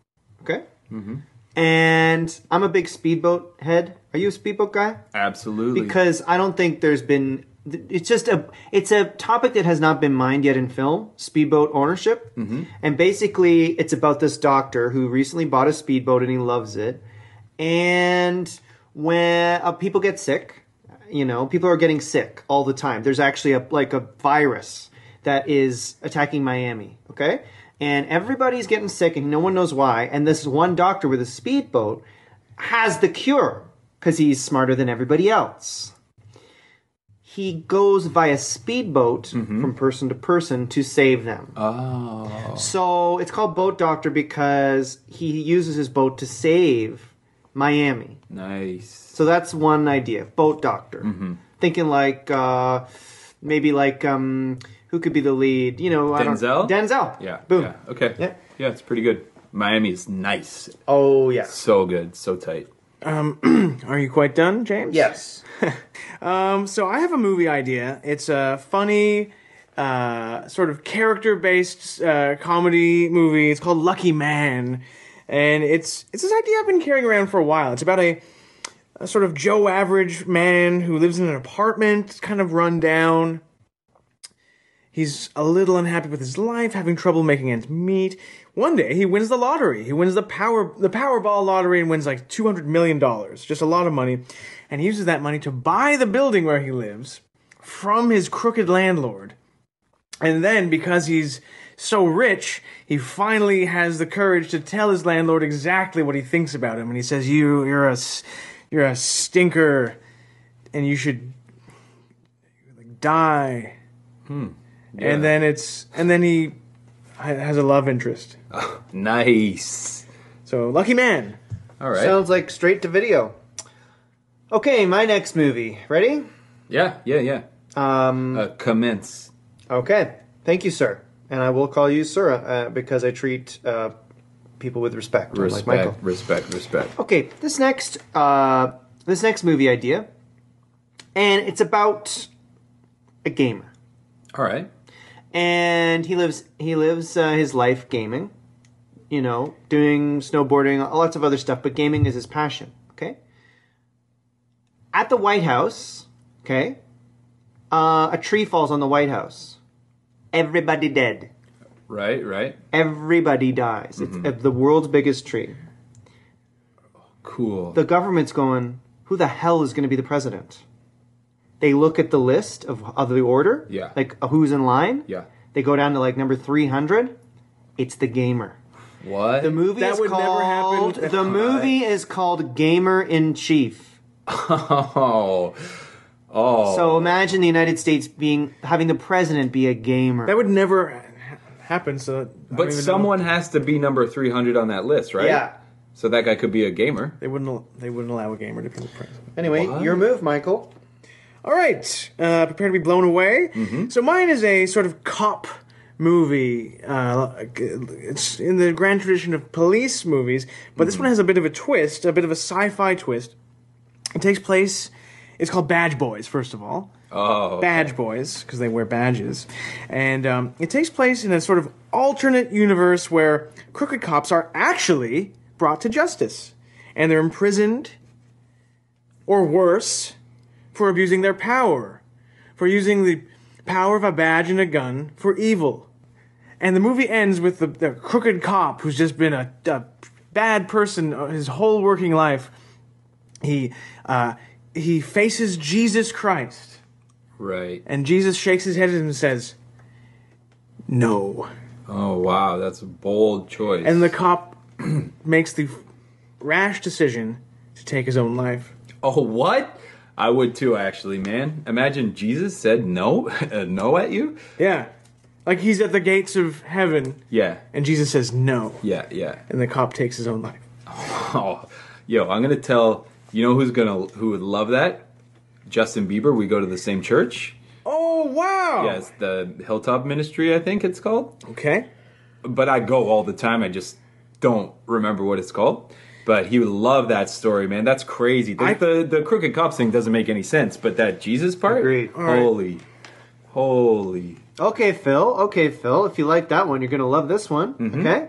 S2: Okay. Mm-hmm. And I'm a big speedboat head. Are you a speedboat guy?
S20: Absolutely.
S2: Because I don't think there's been. It's just a. It's a topic that has not been mined yet in film. Speedboat ownership.
S20: Mm-hmm.
S2: And basically, it's about this doctor who recently bought a speedboat and he loves it. And when uh, people get sick, you know, people are getting sick all the time. There's actually a like a virus that is attacking Miami. Okay, and everybody's getting sick and no one knows why. And this one doctor with a speedboat has the cure because he's smarter than everybody else. He goes via speedboat from person to person to save them.
S20: Mm-hmm. Oh.
S2: So it's called Boat Doctor because he uses his boat to save Miami.
S20: Nice.
S2: So that's one idea, Boat Doctor.
S20: Mhm.
S2: Thinking like uh, maybe like um, who could be the lead? You know, I don't-
S20: Denzel?
S2: Denzel.
S20: Yeah.
S2: Boom.
S20: Yeah. Okay. Yeah. it's pretty good. Miami is nice.
S2: Oh yeah.
S20: So good. So tight.
S5: Um, are you quite done, James?
S21: Yes.
S5: um, so I have a movie idea. It's a funny, uh, sort of character-based uh, comedy movie. It's called Lucky Man, and it's it's this idea I've been carrying around for a while. It's about a a sort of Joe average man who lives in an apartment, kind of run down. He's a little unhappy with his life, having trouble making ends meet. One day he wins the lottery. He wins the power the Powerball lottery and wins like two hundred million dollars, just a lot of money, and he uses that money to buy the building where he lives from his crooked landlord. And then because he's so rich, he finally has the courage to tell his landlord exactly what he thinks about him, and he says, "You, you're a, s- you're a stinker, and you should like, die."
S20: Hmm. Yeah.
S5: And then it's and then he ha- has a love interest.
S20: Nice.
S5: So lucky man.
S20: All right.
S2: Sounds like straight to video. Okay, my next movie. Ready?
S20: Yeah, yeah, yeah. Uh,
S2: Um,
S20: commence.
S2: Okay. Thank you, sir. And I will call you sir uh, because I treat uh, people with respect,
S20: Respect,
S2: like Michael.
S20: respect, respect.
S2: Okay, this next uh, this next movie idea, and it's about a gamer.
S20: All right.
S2: And he lives he lives uh, his life gaming, you know, doing snowboarding, lots of other stuff, but gaming is his passion. Okay. At the White House, okay, uh, a tree falls on the White House. Everybody dead.
S20: Right, right.
S2: Everybody dies.
S20: Mhm.
S2: It's uh, the world's biggest tree.
S20: Cool.
S2: The government's going, who the hell is going to be the president? They look at the list of, of the order,
S20: Yeah.
S2: like uh, who's in line.
S20: Yeah.
S2: They go down to like number 300. It's the gamer.
S20: What?
S2: The movie
S5: That
S2: is
S5: would never happen.
S2: called The movie is called Gamer in Chief.
S20: Oh. Oh.
S2: So imagine the United States being having the president be a gamer.
S5: That would never ha- happen. So, I don't
S20: but
S5: even know.
S20: someone has to be number 300 on that list, right?
S2: Yeah.
S20: So that guy could be a gamer.
S5: They wouldn't. al- They wouldn't allow a gamer to be the president.
S2: Anyway, your move, Michael.
S5: All right, uh, prepare to be blown away. So mine is a sort of cop movie. Uh, it's in the grand tradition of police movies, but this one has a bit of a twist, a bit of a sci-fi twist. It takes place. It's called Badge Boys, first of all.
S20: Oh.
S5: Badge Boys, because they wear badges. And um, it takes place in a sort of alternate universe where crooked cops are actually brought to justice. And they're imprisoned, or worse, for abusing their power, for using the power of a badge and a gun for evil. And the movie ends with the, the crooked cop who's just been a, a bad person uh, his whole working life. He, uh, he faces Jesus Christ.
S20: Right.
S5: And Jesus shakes his head at him and says, No.
S20: Oh, wow. That's a bold choice.
S5: And the cop makes the rash decision to take his own life.
S20: Oh, what? I would too, actually, man. Imagine Jesus said no, uh, no at you.
S5: Yeah. Like he's at the gates of heaven,
S20: Yeah,
S5: and Jesus says no.
S20: yeah, yeah.
S5: and the cop takes his own life.
S20: Oh, yo, I'm gonna tell. You know who's gonna who would love that? Justin Bieber. We go to the same church.
S5: Oh, wow.
S20: Yeah, it's the Hilltop Ministry, I think it's called.
S5: Okay.
S20: But I go all the time. I just don't remember what it's called. But he would love that story, man. That's crazy. The, the, the crooked cops thing doesn't make any sense, but that Jesus part,
S2: All right.
S20: holy, holy.
S2: Okay, Phil. Okay, Phil. If you like that one, you're going to love this one.
S20: Mm-hmm.
S2: Okay.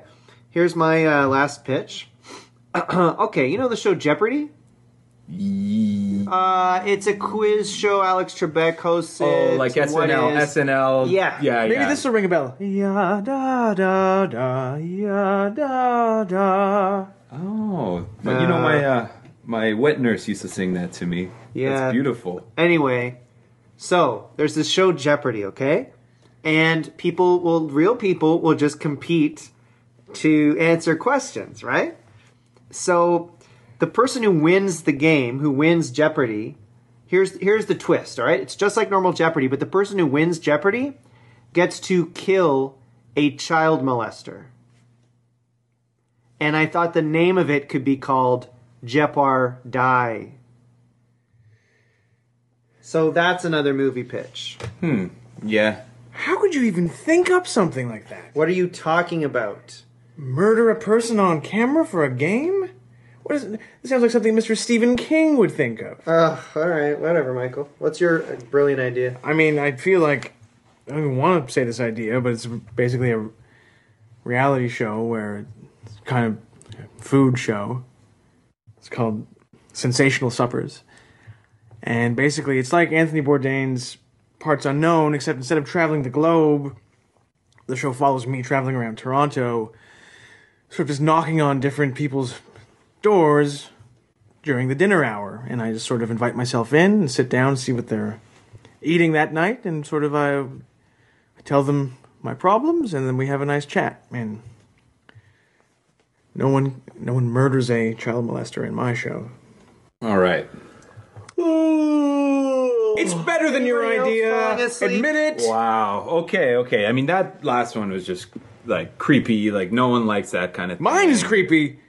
S2: Here's my uh, last pitch. okay, you know the show Jeopardy? Uh, it's a quiz show Alex Trebek hosts.
S20: Oh,
S2: it.
S20: like
S2: What
S20: SNL,
S2: is-
S20: SNL.
S2: Yeah.
S20: yeah,
S5: Maybe
S20: yeah.
S5: this will ring a bell. Ya da da da, ya da da.
S20: Oh, but you know my uh, my wet nurse used to sing that to me.
S2: Yeah.
S20: That's beautiful.
S2: Anyway, so there's this show Jeopardy, okay? And people will, real people will just compete to answer questions, right? So the person who wins the game, who wins Jeopardy, here's here's the twist, all right? It's just like normal Jeopardy, but the person who wins Jeopardy gets to kill a child molester. And I thought the name of it could be called Jepar Die. So that's another movie pitch.
S20: Hmm. Yeah.
S5: How could you even think up something like that?
S2: What are you talking about?
S5: Murder a person on camera for a game? What is? It sounds like something Mr. Stephen King would think of.
S2: Uh, all right, whatever, Michael. What's your uh, brilliant idea?
S5: I mean, I feel like I don't even want to say this idea, but it's basically a reality show where it's kind of a food show. It's called Sensational Suppers. And basically, it's like Anthony Bourdain's Parts Unknown, except instead of traveling the globe, the show follows me traveling around Toronto, sort of just knocking on different people's doors during the dinner hour. And I just sort of invite myself in and sit down, see what they're eating that night, and sort of I, I tell them my problems, and then we have a nice chat. And no one, no one murders a child molester in my show.
S20: All right.
S5: It's better than your idea. Admit it.
S20: Wow. Okay. Okay. I mean, that last one was just like creepy. Like no one likes that kind of. thing.
S5: Mine is creepy.